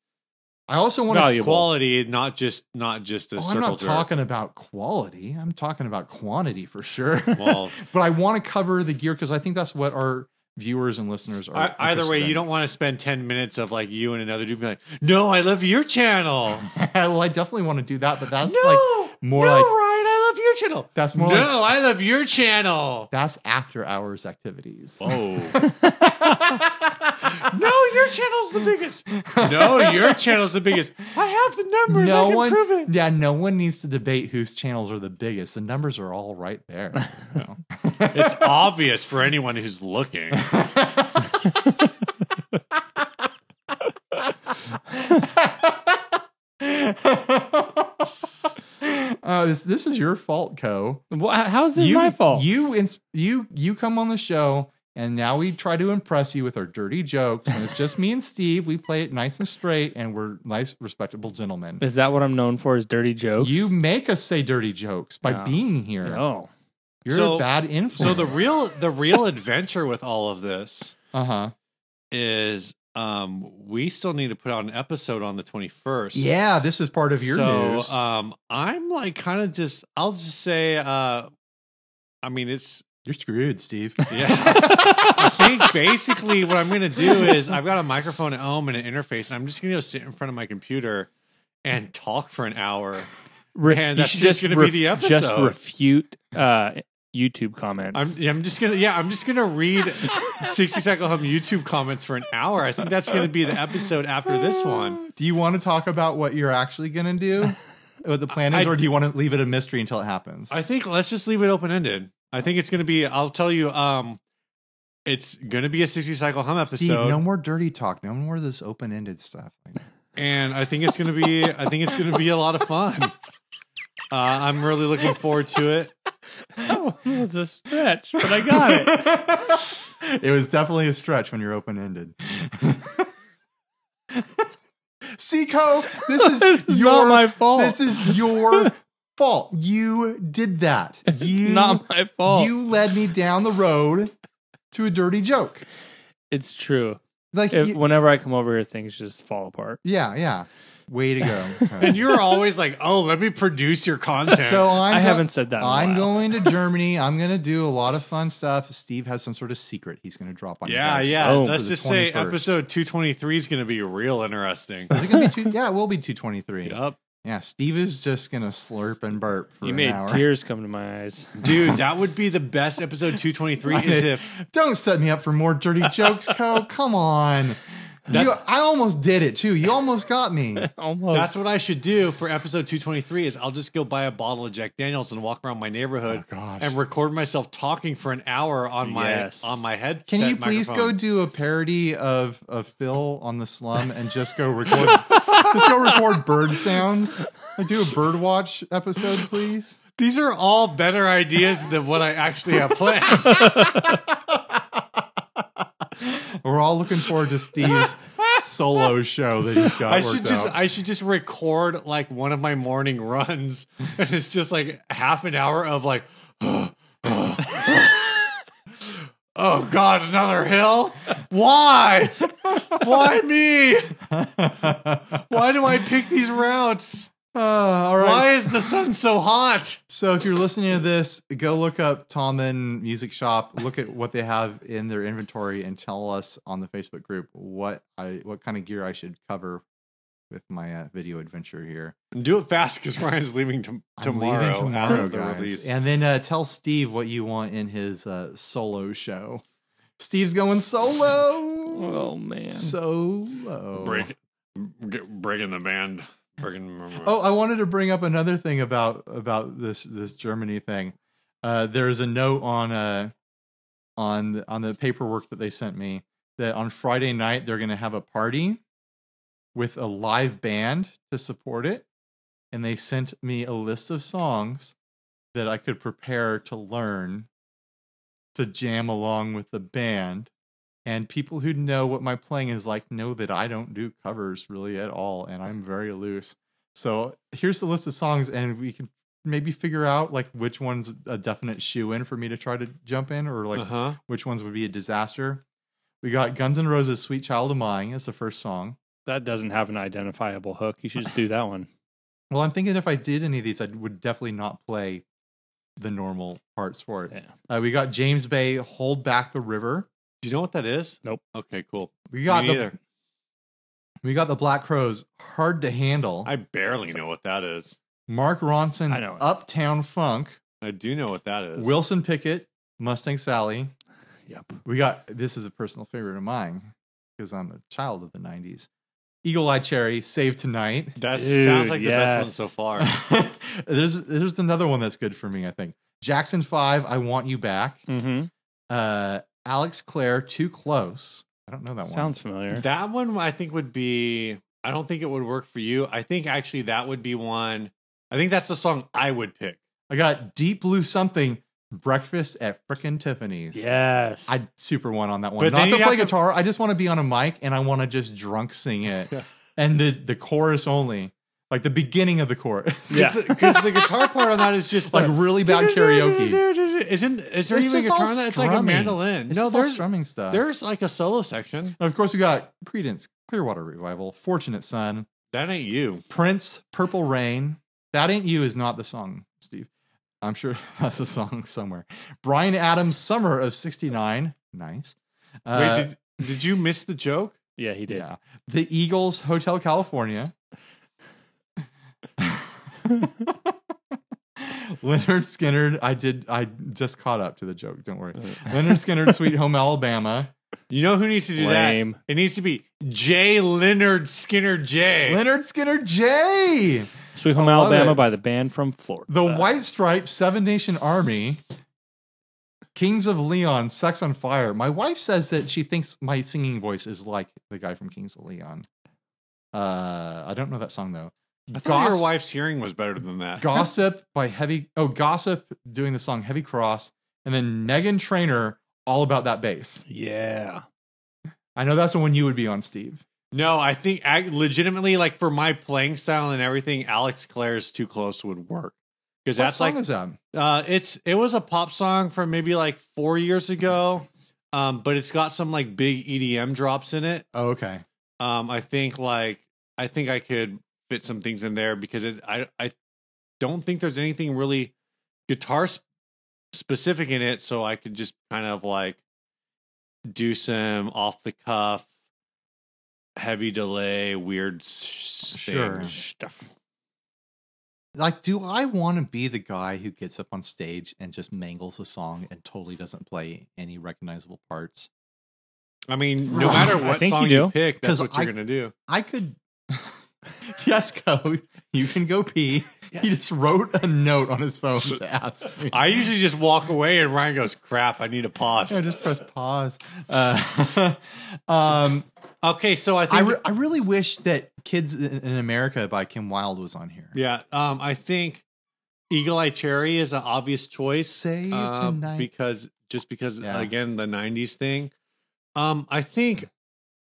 B: I also want to
C: Valuable.
A: quality, not just not just a
B: Oh, I'm
A: circle
B: not
A: jerk.
B: talking about quality. I'm talking about quantity for sure.
A: Well,
B: but I want to cover the gear because I think that's what our viewers and listeners are.
A: I, either
B: interested
A: way,
B: in.
A: you don't want to spend ten minutes of like you and another dude being like, "No, I love your channel."
B: well, I definitely want to do that, but that's
A: no,
B: like more
A: no,
B: like
A: Ryan, I love your channel.
B: that's more like
A: no, I love your channel.
B: that's after hours activities.
A: Oh. no, your channel's the biggest. No, your channel's the biggest. I have the numbers. I
B: No
A: can
B: one,
A: prove it.
B: yeah, no one needs to debate whose channels are the biggest. The numbers are all right there. you know?
A: It's obvious for anyone who's looking.
B: Oh, this this is your fault, Co.
C: Wha- How is this
B: you,
C: my fault?
B: You ins- you you come on the show, and now we try to impress you with our dirty jokes. When it's just me and Steve, we play it nice and straight, and we're nice, respectable gentlemen.
C: is that what I'm known for? Is dirty jokes?
B: You make us say dirty jokes by
C: No.
B: being here.
C: no.
B: You're
A: So-
B: a bad
A: So
B: influence.
A: the real the real adventure with all of this
B: uh huh.
A: is um we still need to put out an episode on the 21st.
B: Yeah, this is part of your
A: so,
B: news.
A: um I'm like kind of just I'll just say uh I mean it's
B: You're screwed, Steve.
A: yeah. I think basically what I'm going to do is I've got a microphone at home and an interface, and I'm just going to go sit in front of my computer and talk for an hour.
C: Re-
A: Man,
C: you
A: that's
C: should
A: just gonna be
C: ref-
A: the
C: Just
A: episode.
C: refute uh, YouTube comments.
A: I'm, I'm just going to, yeah, I'm just going to read 60 Cycle Home YouTube comments for an hour. I think that's going to be the episode after this one.
B: Do you want to talk about what you're actually going to do? What the plan is,
A: I-
B: or do you want to leave it a mystery until it happens?
A: I think let's just leave it open ended. I think it's going to be, I'll tell you, um, it's going to be a 60 Cycle Hum episode.
B: Steve, no more dirty talk. No more of this open-ended stuff.
A: and I think it's gonna be I think it's gonna be a lot of fun. Uh, I'm really looking forward to it.
C: That was a stretch, but I got it.
B: it was definitely a stretch when you're open ended. Seco, this is
C: this is
B: your
C: not my fault.
B: this is your fault. You did that. You
C: not my fault.
B: you led me down the road to a dirty joke.
C: it's true.
B: Like
C: If,
B: you-
C: whenever I come over here, things just fall apart.
B: yeah, yeah. Way to go.
A: And you're always like, "Oh, let me produce your content."
B: so I'm
C: I'm I
B: go-
C: have not said that. in a
B: I'm
C: while.
B: going to Germany. I'm going to do a lot of fun stuff. Steve has some sort of secret he's going to drop on
A: yeah,
B: you. guys.
A: yeah.
C: Oh,
A: Let's
B: for the
A: just say
B: 21st.
A: episode 223 is gonna be real interesting.
B: Is it gonna be two? Yeah, it will be two twenty three.
A: Yup.
B: Yeah, Steve is just gonna slurp and burp for
C: You
B: an
C: made
B: hour.
C: tears come to my eyes.
A: dude, that would be the best episode 223 is if
B: Don't set me up for more dirty jokes, Co. Come on.
A: That-
B: you, I almost did it too. You almost got me. Oh.
C: Almost.
A: that's what I should do for episode 223 is I'll just go buy a bottle of Jack Daniels and walk around my
B: Oh
A: neighborhood.
B: gosh.
A: And record myself talking for an hour on my
C: Yes.
A: on my head.
B: Can you please go do a parody of, of Phil on the slum and just go record just go record bird sounds? Like do a bird watch episode, please.
A: These are all better ideas than what I actually have planned.
B: We're all looking forward to Steve's solo show that he's got.
A: I
B: worked
A: should just
B: out.
A: I should just record like one of my morning runs, and it's just like half an hour of like, oh god, another hill. Why? Why me? Why do I pick these routes?
B: Uh, all right.
A: Why is the sun so hot?
B: So if you're listening to this, go look up Tommen Music Shop, look at what they have in their inventory, and tell us on the Facebook group what I what kind of gear I should cover with my uh, video adventure here.
A: Do it fast because Ryan's leaving to-
B: I'm leaving
A: tomorrow, as of the
B: guys.
A: release.
B: and then uh, tell Steve what you want in his uh, solo show. Steve's going solo,
C: Oh man.
B: solo.
A: Break, get- breaking the band. Breaking.
B: Oh, I wanted to bring up another thing about about this this Germany thing. Uh, there's a note on uh on the- on the paperwork that they sent me that on Friday night they're going to have a party with a live band to support it, and they sent me a list of songs that I could prepare to learn to jam along with the band. And people who know what my playing is like know that I don't do covers really at all, and I'm very loose. So here's the list of songs, and we can maybe figure out like which one's a definite shoe in for me to try to jump in, or like
A: uh-huh.
B: which ones would be a disaster. We got Guns N' Roses' "Sweet Child of Mine" is the first song.
C: That doesn't have an identifiable hook. You should just do that one.
B: Well, I'm thinking if I did any of these, I would definitely not play the normal parts for it.
C: Yeah.
B: Uh, we got James Bay, "Hold Back the River."
A: Do you know what that is?
C: Nope.
A: Okay, cool.
B: We got
A: Me
B: the
A: neither.
B: we got the Black Crows, "Hard to Handle."
A: I barely know what that is.
B: Mark Ronson,
C: I know it.
B: "Uptown Funk."
A: I do know what that is.
B: Wilson Pickett, "Mustang Sally."
C: Yep.
B: We got this is a personal favorite of mine because I'm a child of the 90s. Eagle Eye Cherry, Save Tonight.
A: that
C: Dude,
A: sounds like the best one
C: yes.
A: so far.
B: there's there's another one that's good for me, I think. Jackson 5, I Want You Back.
C: Mm-hmm.
B: Uh Alex Clare, Too Close. I don't know that
C: Sounds familiar.
A: that one I think would be I don't think it would work for you. I think actually that would be one. I think that's the song I would pick.
B: one. I got Deep Blue Something, Breakfast at Frickin' Tiffany's.
C: yes.
B: I super want on that one.
A: But
B: Not
A: then
B: to
A: you'd
B: play
A: have to-
B: guitar. I just want to be on a mic and I want to just drunk sing it.
A: Yeah.
B: And the the chorus only. Like the beginning of the chorus.
C: Yeah.
A: Because the guitar part on that is just
B: like
A: like
B: really bad karaoke.
A: Isn't is there
B: It's
A: even a
B: just
A: guitar
B: all
A: on that? It's like a
B: strumming.
A: mandolin.
B: It's
A: no,
B: just all
A: there's
B: strumming stuff.
A: there's like a solo section.
B: and of course, we got Credence, Clearwater Revival, Fortunate Son,
A: That ain't you.
B: Prince, Purple Rain. That Ain't You is not the song, Steve. I'm sure that's a song somewhere. Brian Adams, Summer of 69. Nice. Uh,
A: Wait, did, did you miss the joke?
C: yeah, he did.
B: Yeah. The Eagles Hotel California. Leonard Skinner, I did I just caught up to the joke, don't worry.
A: Uh.
B: Leonard Skinner Sweet Home Alabama.
A: You know who needs to do
C: Lame.
A: that? It needs to be J. Leonard Skinner J.
B: Leonard Skinner J.
C: Sweet Home
B: I love
C: Alabama
B: it.
C: by the band from Florida.
B: The
A: Uh.
B: White Stripes Seven Nation Army. Kings of Leon, Sex on Fire. My wife says that she thinks my singing voice is like the guy from Kings of Leon. Uh, I don't know that song though.
A: I thought your
B: Goss-
A: wife's hearing was better than that.
B: Gossip by Heavy. Oh, Gossip doing the song Heavy Cross, and then Megan Trainer, All About That Bass.
C: Yeah.
B: I know that's the one you would be on, Steve.
A: No, I think I, legitimately, like for my playing style and everything, Alex Claire's "Too Close" would work because
B: What
A: that's
B: song
A: like
B: is that?
A: uh, it's it was a pop song from maybe like four years ago, um, but it's got some like big EDM drops in it.
B: Oh, okay.
A: Um, I think like I think I could fit some things in there because it, I I don't think there's anything really guitar sp- specific in it, so I could just kind of like do some off the cuff, heavy delay, weird s-
B: Sure.
A: things.
C: Stuff.
B: Like, do I want to be the guy who gets up on stage and just mangles a song and totally doesn't play any recognizable parts?
A: I mean, no matter
C: I
A: what
C: think
A: song
C: you
A: you,
C: do.
A: pick, that's
B: 'Cause
A: what you're
B: I-
A: gonna do.
B: I could. yes, go. You can go pee. He just wrote a note on his phone to ask me.
A: I usually just walk away, and Ryan goes, "Crap, I need a
B: Yeah,
A: pause."
B: just press pause. Uh, um,
A: Okay, so I
B: I,
A: think
B: re- I really wish that Kids in, in America by Kim Wilde was on here.
A: Yeah, um, I think Eagle Eye Cherry is an obvious choice
B: Save
A: um,
B: tonight.
A: because just because
B: Yeah.
A: again the '90s thing. Um, I think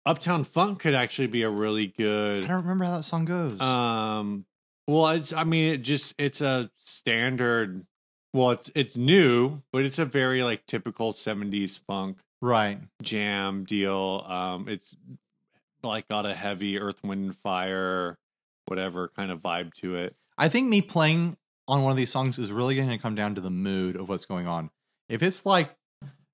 A: Uptown Funk could actually be a really
B: I
A: good.
B: don't remember how that song goes.
A: Um, well, it's I mean, it just it's a standard. Well, it's it's new, but it's a very like typical '70s funk
B: right.
A: jam deal. Um, it's like got a heavy Earth, Wind, and Fire, whatever kind of vibe to it.
B: I think me playing on one of these songs is really going to come down to the mood of what's going on. If it's like,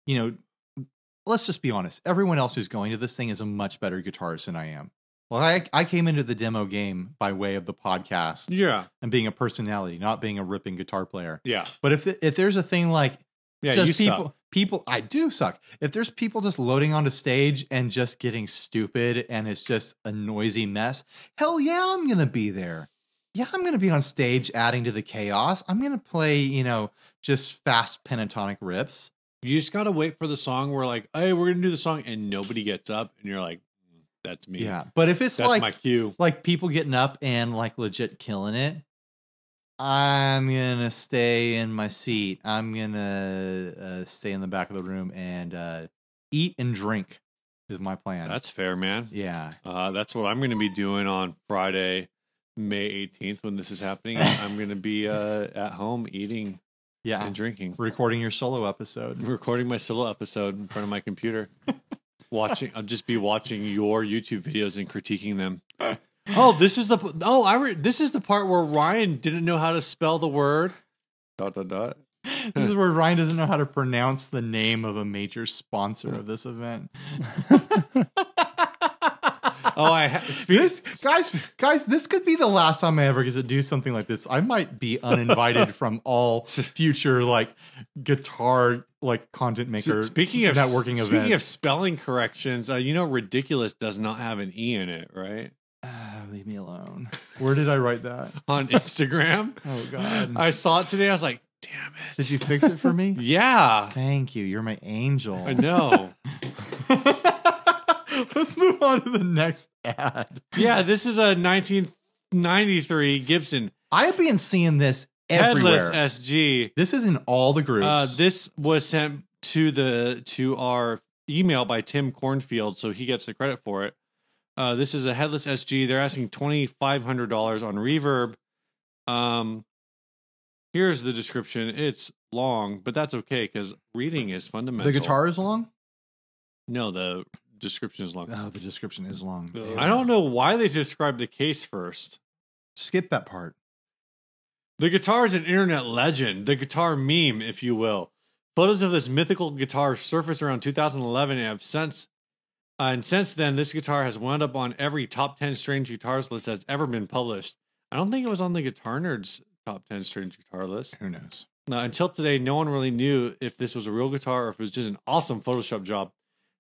B: you know, let's just be honest, everyone else who's going to this thing is a much better guitarist than I am. Well, I, I came into the demo game by way of the podcast
A: Yeah,
B: and being a personality, not being a ripping guitar player.
A: yeah,
B: But if if there's a thing like
A: yeah.
B: just
A: you suck.
B: people people I do suck. If there's people just loading onto stage and just getting stupid and it's just a noisy mess, hell yeah, I'm gonna be there. Yeah, I'm gonna be on stage adding to the chaos. I'm gonna play, you know, just fast pentatonic rips.
A: You just gotta wait for the song where like, hey, we're gonna do the song, and nobody gets up, and you're like, "Mm, that's me.
B: Yeah. But if it's
A: that's
B: like
A: my cue.
B: like people getting up and like legit killing it, I'm gonna stay in my seat. I'm gonna uh, stay in the back of the room and uh, eat and drink is my plan.
A: That's fair, man.
B: yeah.
A: Uh, that's what I'm going to be doing on Friday, May 18th, when this is happening. I'm going to be uh, at home eating
B: Yeah.
A: and drinking,
B: Recording your solo episode.
A: recording my solo episode in front of my computer. Watching, I'll just be watching your YouTube videos and critiquing them. Oh, this is the p- oh, I re, this is the part where Ryan didn't know how to spell the word. Dot dot dot.
B: this is where Ryan doesn't know how to pronounce the name of a major sponsor of this event.
A: Oh, I ha- speak,
B: This guys, guys, this could be the last time I ever get to do something like this. I might be uninvited from all future like guitar like content maker.
A: speaking of
B: networking
A: speaking of
B: events.
A: spelling corrections. Uh, you know, ridiculous does not have an e in it, right?
B: Ah, leave me alone. Where did I write that?
A: On Instagram.
B: Oh God!
A: I saw it today. I was like, damn it.
B: did you fix it for me?
A: Yeah.
B: Thank you. You're my angel.
A: I know.
B: Let's move on to the next ad.
A: yeah, this is a 1993 Gibson
B: I've been seeing this everywhere.
A: headless SG.
B: this is in all the groups.
A: Uh, this was sent to the to our email by Tim Cornfield, so he gets the credit for it. Uh, this is a headless SG. They're asking twenty five hundred dollars on Reverb. Um, here's the description. It's long, but that's okay because reading is fundamental.
B: the guitar is long.
A: No, the description is long.
B: Oh, the description is long.
C: Uh,
A: I don't know why they described the case first.
B: Skip that part.
A: The guitar is an internet legend, the guitar meme, if you will. Photos of this mythical guitar surfaced around 2011 and have since, uh, and since then, this guitar has wound up on every top 10 strange guitars list that's ever been published. I don't think it was on the Guitar Nerd's top 10 strange guitar list.
B: Who knows?
A: Now, until today, no one really knew if this was a real guitar or if it was just an awesome Photoshop job.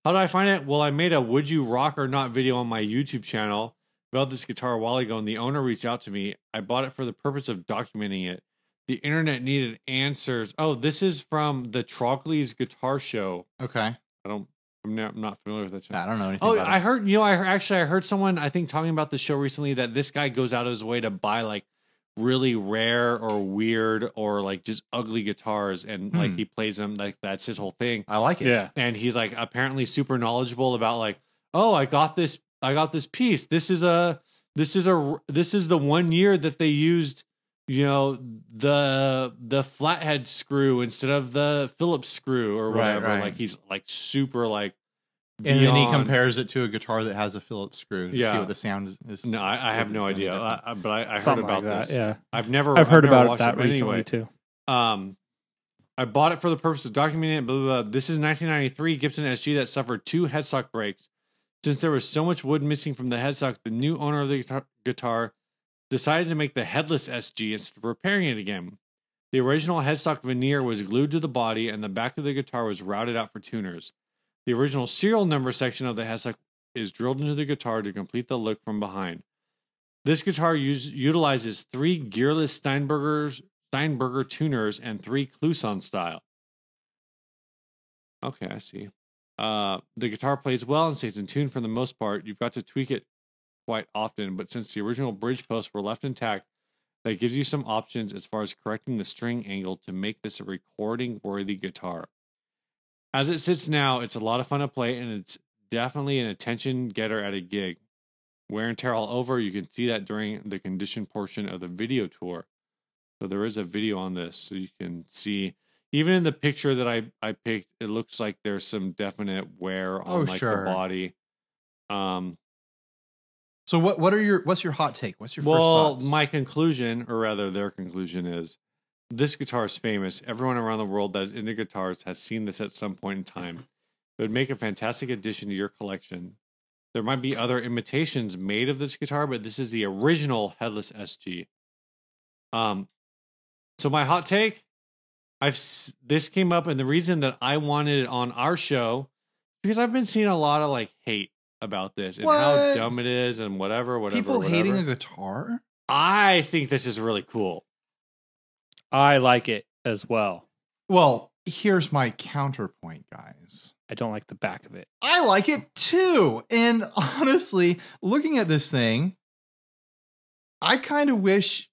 A: How did I find it? Well, I made a Would You Rock or Not video on my YouTube channel about this guitar a while ago, and the owner reached out to me. I bought it for the purpose of documenting it. The internet needed answers. Oh, this is from the Trockley's Guitar Show.
B: Okay.
A: I don't, I'm not, I'm not familiar with that show.
B: I don't know anything.
A: Oh,
B: about
A: I
B: it.
A: heard. You know, I heard, actually I heard someone I think talking about the show recently that this guy goes out of his way to buy like really rare or weird or like just ugly guitars, and like
B: Hmm.
A: he plays them like that's his whole thing.
B: I like it.
C: yeah.
A: And he's like apparently super knowledgeable about like, oh, I got this, I got this piece. This is a, this is a, this is the one year that they used, you know, the the flathead screw instead of the Phillips screw or
B: Right,
A: whatever.
B: right.
A: Like he's like super like.
B: And then he
A: beyond-
B: compares it to a guitar that has a Phillips screw to see
A: Yeah.
B: what the sound is.
A: No, I, I have
B: It's
A: no
B: something
A: idea.
B: different.
A: I, I- but I, I heard
C: Something
A: about
C: like that,
A: this.
C: Yeah.
A: I've never.
C: I've heard
A: never
C: about it
A: watched
C: that
A: but
C: recently
A: anyway,
C: too.
A: Um, I bought it for the purpose of documenting it. Blah, blah, blah. This is 1993 Gibson SG that suffered two headstock breaks. Since there was so much wood missing from the headstock, the new owner of the guitar, guitar decided to make the headless SG instead of repairing it again. The original headstock veneer was glued to the body, and the back of the guitar was routed out for tuners. The original serial number section of the headstock is drilled into the guitar to complete the look from behind. This guitar use, utilizes three gearless Steinbergers, Steinberger tuners and three Cluson style. Okay, I see. Uh, the guitar plays well and stays in tune for the most part. You've got to tweak it quite often, but since the original bridge posts were left intact, that gives you some options as far as correcting the string angle to make this a recording worthy guitar. As it sits now, it's a lot of fun to play and it's definitely an attention getter at a gig. Wear and tear all over. You can see that during the condition portion of the video tour. So there is a video on this, so you can see. Even in the picture that I I picked, it looks like there's some definite wear on
B: Oh,
A: like the
B: sure.
A: body. Um,
B: So what what are your what's your hot take? What's your
A: well,
B: first thoughts?
A: my conclusion, or rather their conclusion, is this guitar is famous. Everyone around the world that is into guitars has seen this at some point in time. It would make a fantastic addition to your collection. There might be other imitations made of this guitar, but this is the original headless SG. Um, so my hot take, I've s- this came up, and the reason that I wanted it on our show because I've been seeing a lot of like hate about this and how
B: What?
A: dumb it is and whatever, whatever.
B: People hating
A: whatever.
B: a guitar?
A: I think this is really cool.
C: I like it as well.
B: Well, here's my counterpoint, guys.
C: I don't like the back of it.
B: I like it too. And honestly, looking at this thing, I kind of wish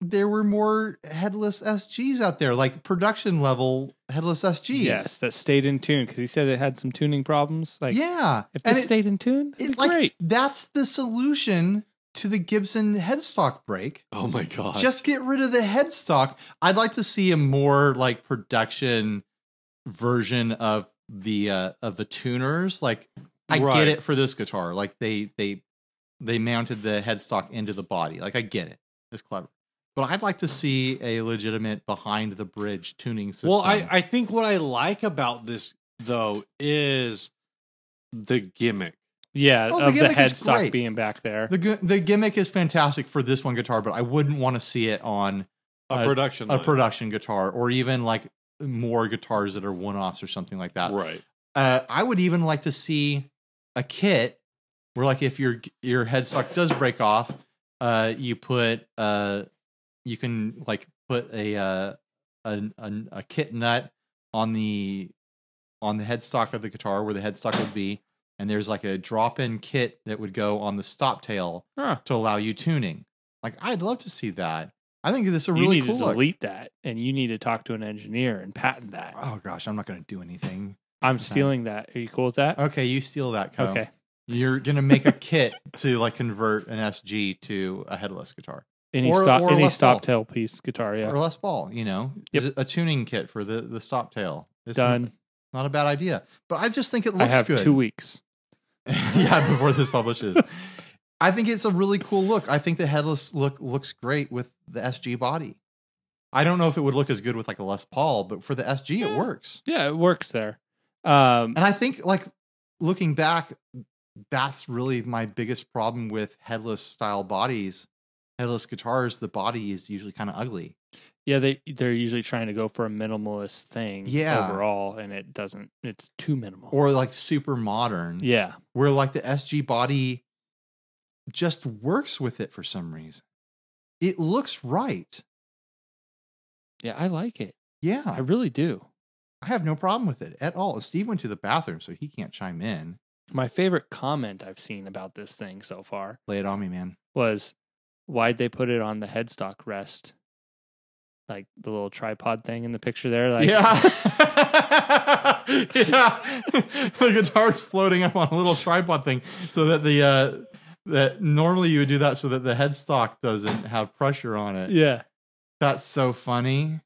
B: there were more headless SGs out there, like production level headless SGs.
C: Yes, that stayed in tune because he said it had some tuning problems. Like,
B: yeah.
C: if
B: And
C: this
B: it-
C: stayed in tune, it'd be
B: like,
C: great.
B: That's the solution to the Gibson headstock break.
A: Oh my god!
B: just get rid of the headstock. I'd like to see a more like production version of the uh of the tuners. Like I
A: Right.
B: get it for this guitar. Like they they they mounted the headstock into the body. Like I get it. It's clever. But I'd like to see a legitimate behind the bridge tuning system.
A: well, I I think what I like about this though is the gimmick.
C: Yeah,
B: Oh, the
C: of the,
B: gimmick is
C: headstock
B: great.
C: being back there.
B: the gi- the gimmick is fantastic for this one guitar, but I wouldn't want to see it on
A: A
B: A-
A: production.
B: a
A: line.
B: production guitar or even like more guitars that are one-offs or something like that.
A: Right.
B: uh, I would even like to see a kit where, like, if your your headstock does break off, uh, you put uh, you can like put a uh, a, a a kit nut on the on the headstock of the guitar where the headstock would be, and there's like a drop-in kit that would go on the stop tail
C: Huh.
B: to allow you tuning. Like, I'd love to see that. I think this is a
C: you
B: really
C: need
B: cool.
C: to
B: look.
C: delete that, and you need to talk to an engineer and patent that.
B: Oh gosh, I'm not going to do anything.
C: I'm stealing that. Are you cool with that?
B: Okay, you steal that. Code.
C: Okay.
B: You're gonna make a kit to like convert an SG to a headless guitar
C: Any
B: Or-
C: stop,
B: or
C: any
B: Les
C: stop
B: Paul.
C: tail piece guitar.
B: or
C: Yeah,
B: less ball. You know,
C: Yep.
B: a tuning kit for the the stop tail. It's
C: done.
B: Not a bad idea, but I just think it looks
C: I have
B: good.
C: two weeks.
B: yeah, before this publishes, I think it's a really cool look. I think the headless look looks great with the SG body. I don't know if it would look as good with like a Les Paul, but for the SG,
C: Yeah.
B: it works.
C: Yeah, it works there. Um,
B: And I think like looking back, that's really my biggest problem with headless style bodies. Headless guitars, the body is usually kind of ugly.
C: yeah, they they're usually trying to go for a minimalist thing.
B: Yeah.
C: overall, and it doesn't. It's too minimal.
B: Or like super modern.
C: yeah,
B: Where like the SG body just works with it for some reason. It looks right.
C: yeah, I like it. I
B: Yeah.
C: really do.
B: I have no problem with it at all. Steve went to the bathroom, so he can't chime in.
C: My favorite comment I've seen about this thing so far
B: Lay it on me, man.
C: was, "Why'd they put it on the headstock rest?" Like the little tripod thing in the picture there. Like,
B: yeah. yeah. the guitar's floating up on a little tripod thing so that the uh that normally you would do that so that the headstock doesn't have pressure on it.
C: yeah.
B: That's so funny.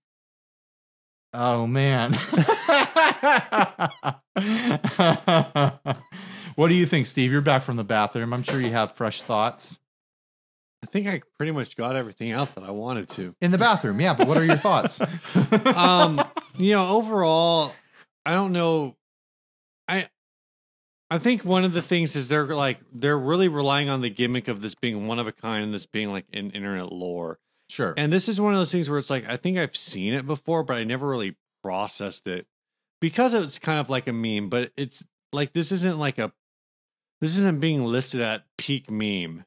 B: Oh man. what do you think, Steve? You're back from the bathroom. I'm sure you have fresh thoughts.
A: I think I pretty much got everything out that I wanted to.
B: In the bathroom, yeah, but what are your thoughts?
A: Um, you know, overall, I don't know. I I think one of the things is they're like they're really relying on the gimmick of this being one of a kind and this being like an internet lore.
B: sure.
A: And this is one of those things where it's like I think I've seen it before, but I never really processed it because it's kind of like a meme. But it's like this isn't like a this isn't being listed at peak meme.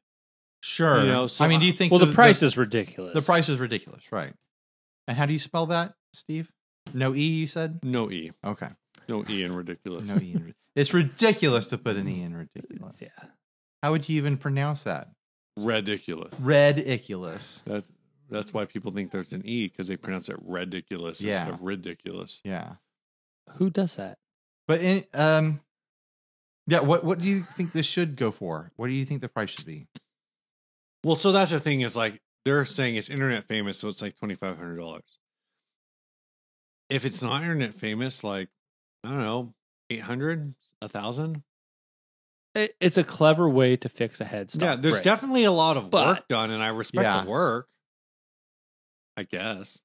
B: sure.
A: you know, so
B: I mean, do
A: I-
B: you think
C: Well, the, price
B: is.
C: is ridiculous.
B: The price is ridiculous, right? And how do you spell that, Steve? No e, you said.
A: No e,
B: Okay,
A: no e, and ridiculous.
B: no e. In ri- it's ridiculous to put an e in ridiculous.
C: Yeah.
B: How would you even pronounce that?
A: ridiculous.
B: Ridiculous.
A: that's that's why people think there's an e because they pronounce it ridiculous instead
B: Yeah.
A: of ridiculous.
B: Yeah,
C: Who does that?
B: but in um, Yeah. What What do you think this should go for? What do you think the price should be?
A: Well, so that's the thing is like they're saying it's internet famous, so it's like twenty five hundred dollars. If it's not internet famous, like I don't know, eight hundred, a thousand.
C: It- it's a clever way to fix a head
A: Yeah,
C: stop.
A: there's
B: right.
A: definitely a lot of work
C: But-
A: done, and I respect
B: Yeah.
A: the work. I guess.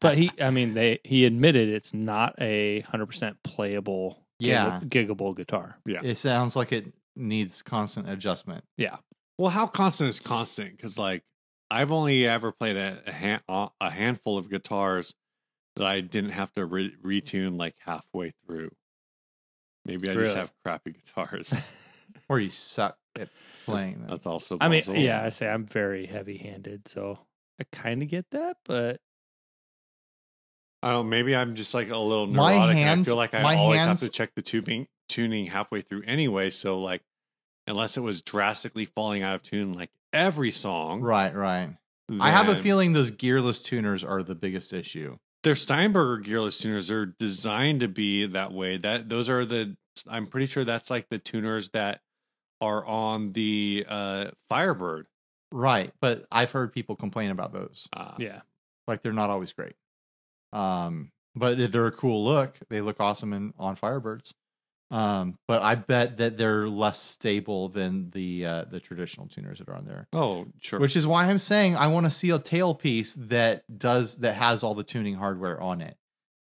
C: but he, I mean, they he admitted it's not a hundred percent playable, gig-
B: Yeah.
C: giggable guitar.
B: it sounds like it needs constant adjustment.
A: Well, how constant is constant? Because like I've only ever played a a, hand, a handful of guitars that I didn't have to re- retune like halfway through. Maybe I just
C: Really?
A: have crappy guitars.
B: Or you suck at playing them.
A: That's also
C: I mean,
A: possible.
C: yeah, I say I'm very heavy-handed, so I kind of get that, but
A: I don't. Maybe I'm just like a little
B: My
A: neurotic. and
B: hands-
A: I feel like I
B: my
A: always
B: hands-
A: have to check the tubing tuning halfway through anyway. So like, unless it was drastically falling out of tune, like every song,
B: Right. Right. I have a
A: then-
B: feeling those gearless tuners are the biggest issue.
A: Their Steinberger gearless tuners are designed to be that way. That those are the. I'm pretty sure that's like the tuners that are on the uh Firebird.
B: Right. But I've heard people complain about those.
A: Uh,
C: yeah,
B: Like they're not always great. Um, but they're a cool look. They look awesome in, on Firebirds. Um, but I bet that they're less stable than the uh, the traditional tuners that are on there.
A: Oh, sure.
B: Which is why I'm saying I want to see a tailpiece that does that has all the tuning hardware on it.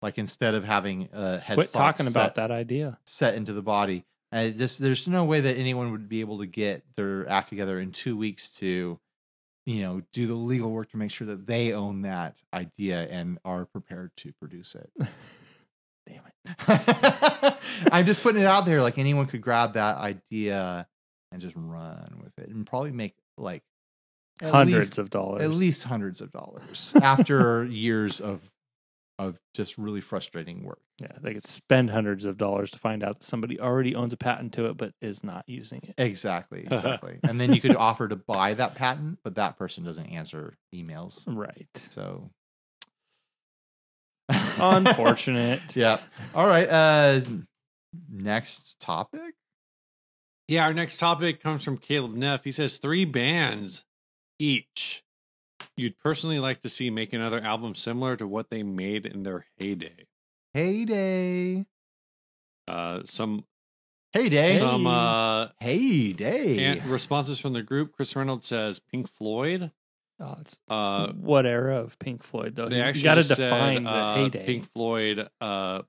B: Like instead of having a headstock
C: quit talking
B: set-
C: about that idea.
B: set into the body. And it just there's no way that anyone would be able to get their act together in two weeks to, you know, do the legal work to make sure that they own that idea and are prepared to produce it.
C: Damn it.
B: I'm just putting it out there. Like anyone could grab that idea and just run with it and probably make like at
C: Hundreds
B: least-
C: of dollars.
B: at least hundreds of dollars after years of of just really frustrating work.
C: Yeah, they could spend hundreds of dollars to find out that somebody already owns a patent to it but is not using it.
B: Exactly, exactly. and then you could offer to buy that patent, but that person doesn't answer emails.
C: Right.
B: So
C: Unfortunate.
B: yeah. All right. Uh next topic.
A: Yeah, our next topic comes from Caleb Neff. He says three bands each you'd personally like to see make another album similar to what they made in their heyday.
B: Heyday.
A: Uh, some
B: Heyday.
A: some uh,
B: Heyday.
A: and responses from the group. Chris Reynolds says Pink Floyd.
C: Oh, it's,
A: Uh,
C: what era of Pink Floyd though?
A: they
C: You-
A: actually
C: you got to
A: just said,
C: define the
A: uh,
C: heyday.
A: Pink Floyd. Uh,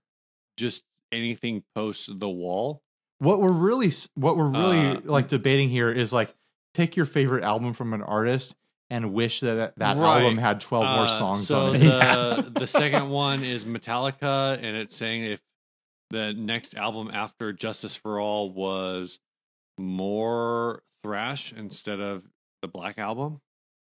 A: just anything post the wall.
B: what we're really s- what we're really
A: Uh,
B: like debating here is like pick your favorite album from an artist and wish that that, that
A: Right.
B: album had 12
C: Oh,
B: more
A: Uh,
B: songs
A: so
B: on it.
A: The,
C: Yeah.
A: the second one is Metallica, and it's saying if the next album after Justice for All was more thrash instead of the Black Album.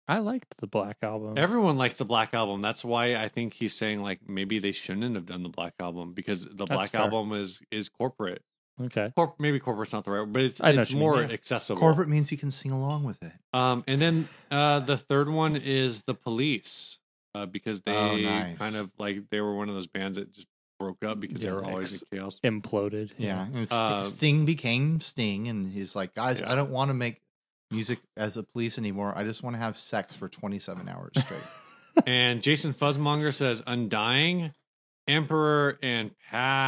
C: I liked the Black Album.
A: Everyone likes the Black Album. That's why I think he's saying like maybe they shouldn't have done the Black Album because the Black
C: fair.
A: Album is is corporate.
C: okay.
A: Corp- maybe corporate's not the right, word, but it's
C: I know
A: it's
C: what you mean,
A: more
C: yeah.
A: accessible.
B: Corporate means you can sing along with it.
A: Um, and then uh, the third one is the Police, uh, because they
B: Oh, nice.
A: kind of like they were one of those bands that just broke up because they were always in chaos.
C: Imploded.
B: Yeah, and St-
A: Uh,
B: Sting became Sting, and he's like, guys,
A: Yeah.
B: I don't want to make music as a police anymore. I just want to have sex for 27 hours straight.
A: and Jason Fuzzmonger says Undying, Emperor, and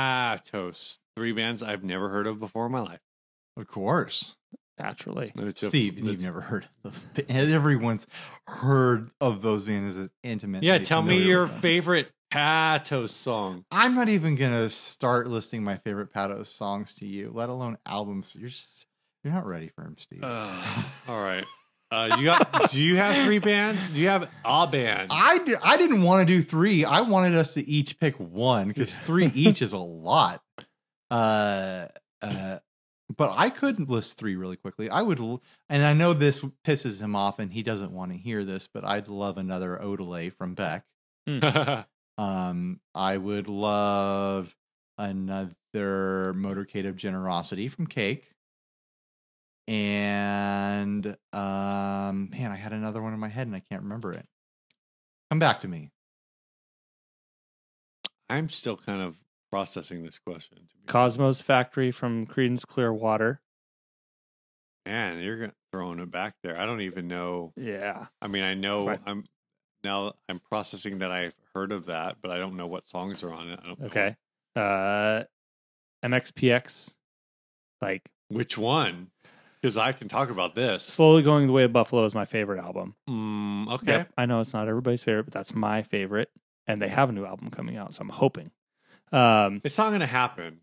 A: Patos. Three bands I've never heard of before in my life.
B: of course,
C: Naturally.
A: It's just-
B: Steve,
A: it's-
B: you've never heard of those. ba- Everyone's heard of those bands as intimate.
A: Yeah, tell me your favorite Patos song.
B: I'm not even gonna start listing my favorite Patos songs to you, let alone albums. You're just, you're not ready for them, Steve.
A: Uh, all right. Uh, you got? do you have three bands? Do you have a band?
B: I, di- I didn't want to do three. I wanted us to each pick one because three each is a lot. Uh, uh, but I could list three really quickly. I would, l- and I know this pisses him off and he doesn't want to hear this, but I'd love another Odelay from Beck. Um, I would love another Motorcade of Generosity from Cake. And um, man, I had another one in my head and I can't remember it. Come back to me.
A: I'm still kind of processing this question. to be
C: Cosmos Factory from Creedence Clearwater.
A: honest. Man, you're go- throwing it back there. I don't even know.
C: Yeah.
A: I mean, I know
C: fine.
A: I'm now I'm processing that I've heard of that, but I don't know what songs are on it. I don't know
C: Okay. Uh, MXPX, like
A: which one, because I can talk about this.
C: Slowly Going the Way of Buffalo is my favorite album.
A: Mm, okay.
C: Yep, I know it's not everybody's favorite, but that's my favorite. And they have a new album coming out, so I'm hoping. Um,
A: It's not going to happen.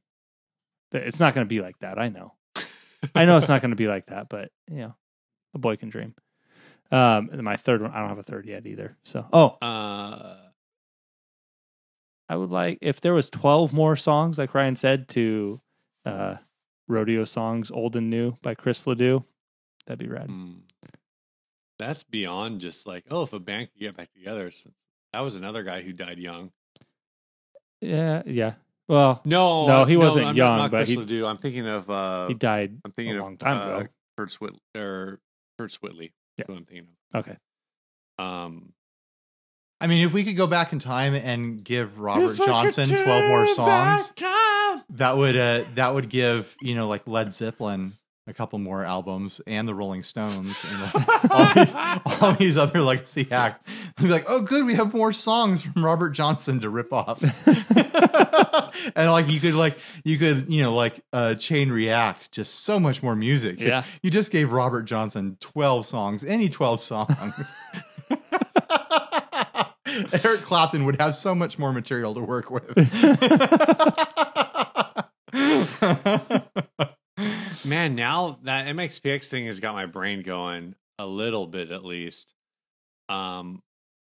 C: th- it's not going to be like that. I know. I know it's not going to be like that, but you know, a boy can dream. Um, and my third one, I don't have a third yet either. So, oh,
A: Uh,
C: I would like if there was 12 more songs, like Ryan said, to uh, rodeo songs, old and new by Chris Ledoux. That'd be rad.
A: mm, that's beyond just like, oh, if a band could get back together. Since that was another guy who died young.
C: Yeah, yeah. Well,
A: No,
C: No,
A: I-
C: he wasn't
A: I'm not-
C: young,
A: not
C: but
A: Chris
C: he-
A: Ledoux. I'm thinking of. Uh,
C: he died
A: I'm
C: a
A: thinking of
C: long time
A: uh,
C: ago.
A: Kurt Swit or Kurt Switley.
C: Yeah.
A: That's what I'm thinking
C: Okay.
A: of. Um,
B: I mean, if we could go back in time and give Robert Johnson 12 more songs, that would uh, that would give, you know, like Led Zeppelin a couple more albums and the Rolling Stones and like, all, these, all these other legacy acts. We'd be like, oh, good, we have more songs from Robert Johnson to rip off. and like you could like you could you know like uh chain react just so much more music
C: Yeah.
B: you just gave Robert Johnson 12 songs, any 12 songs. Eric Clapton would have so much more material to work with.
A: Man, now that MXPX thing has got my brain going a little bit at least. Um,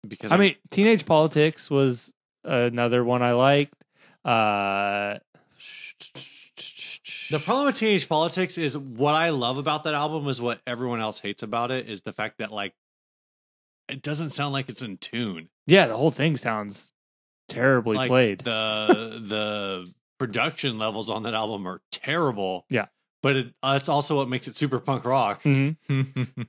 A: because
C: I
A: I'm-
C: mean, Teenage Politics was another one I liked. Uh,
A: the problem with teenage politics is what I love about that album is what everyone else hates about it is the fact that like it doesn't sound like it's in tune.
C: yeah, the whole thing sounds terribly
A: like,
C: played.
A: The the production levels on that album are terrible.
C: Yeah.
A: But it, that's also what makes it super punk rock
C: Mhm.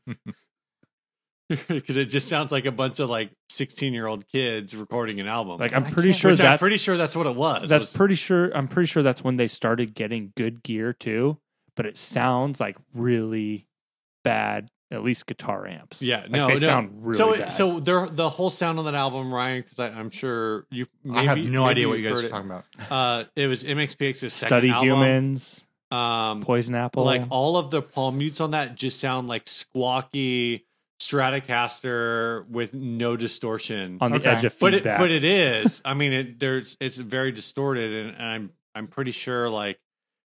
A: because it just sounds like a bunch of like 16 year old kids recording an album.
C: Like
B: I
C: I'm pretty
B: can't-
C: sure
A: Which I'm
C: that's
A: pretty sure that's what it was.
C: that's
A: was-
C: pretty sure. I'm pretty sure that's when they started getting good gear too. But it sounds like really bad. At least guitar amps.
A: Yeah,
C: Like,
A: no,
C: they
A: no.
C: sound really
A: so
C: bad.
A: it, so there the whole sound on that album, Ryan, because I'm sure you.
B: I have
A: maybe-
B: no
A: maybe
B: idea what
A: you've
B: you guys
A: heard
B: are
A: it.
B: talking about.
A: Uh, it was MXPX's second
C: study
A: album.
C: humans,
A: Um,
C: poison apple,
A: like all of the palm mutes on that just sound like squawky Stratocaster with no distortion.
C: on the
B: okay.
C: edge of
A: but it
C: feedback.
A: but it is. I mean, it there's it's very distorted, and, and I'm I'm pretty sure like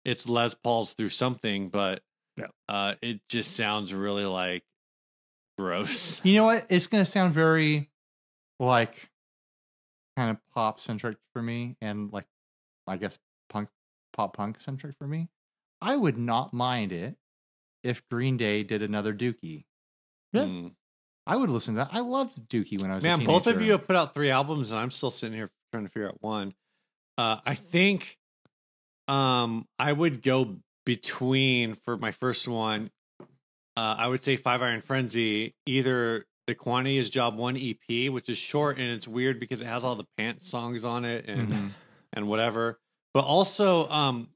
A: it's Les Paul's through something, but
C: Yeah.
A: uh, it just sounds really like gross.
B: You know what? It's going to sound very like kind of pop centric for me and like I guess punk pop punk centric for me. I would not mind it if Green Day did another Dookie.
C: Yeah.
A: Mm.
B: I would listen to that. I loved Dookie when I was a
A: Man,
B: teenager.
A: both of you have put out three albums, and I'm still sitting here trying to figure out one. Uh, I think um, I would go between for my first one. Uh, I would say Five Iron Frenzy, either the Quantity is Job One EP, which is short and it's weird because it has all the pants songs on it and
B: Mhm.
A: and whatever. But also, um,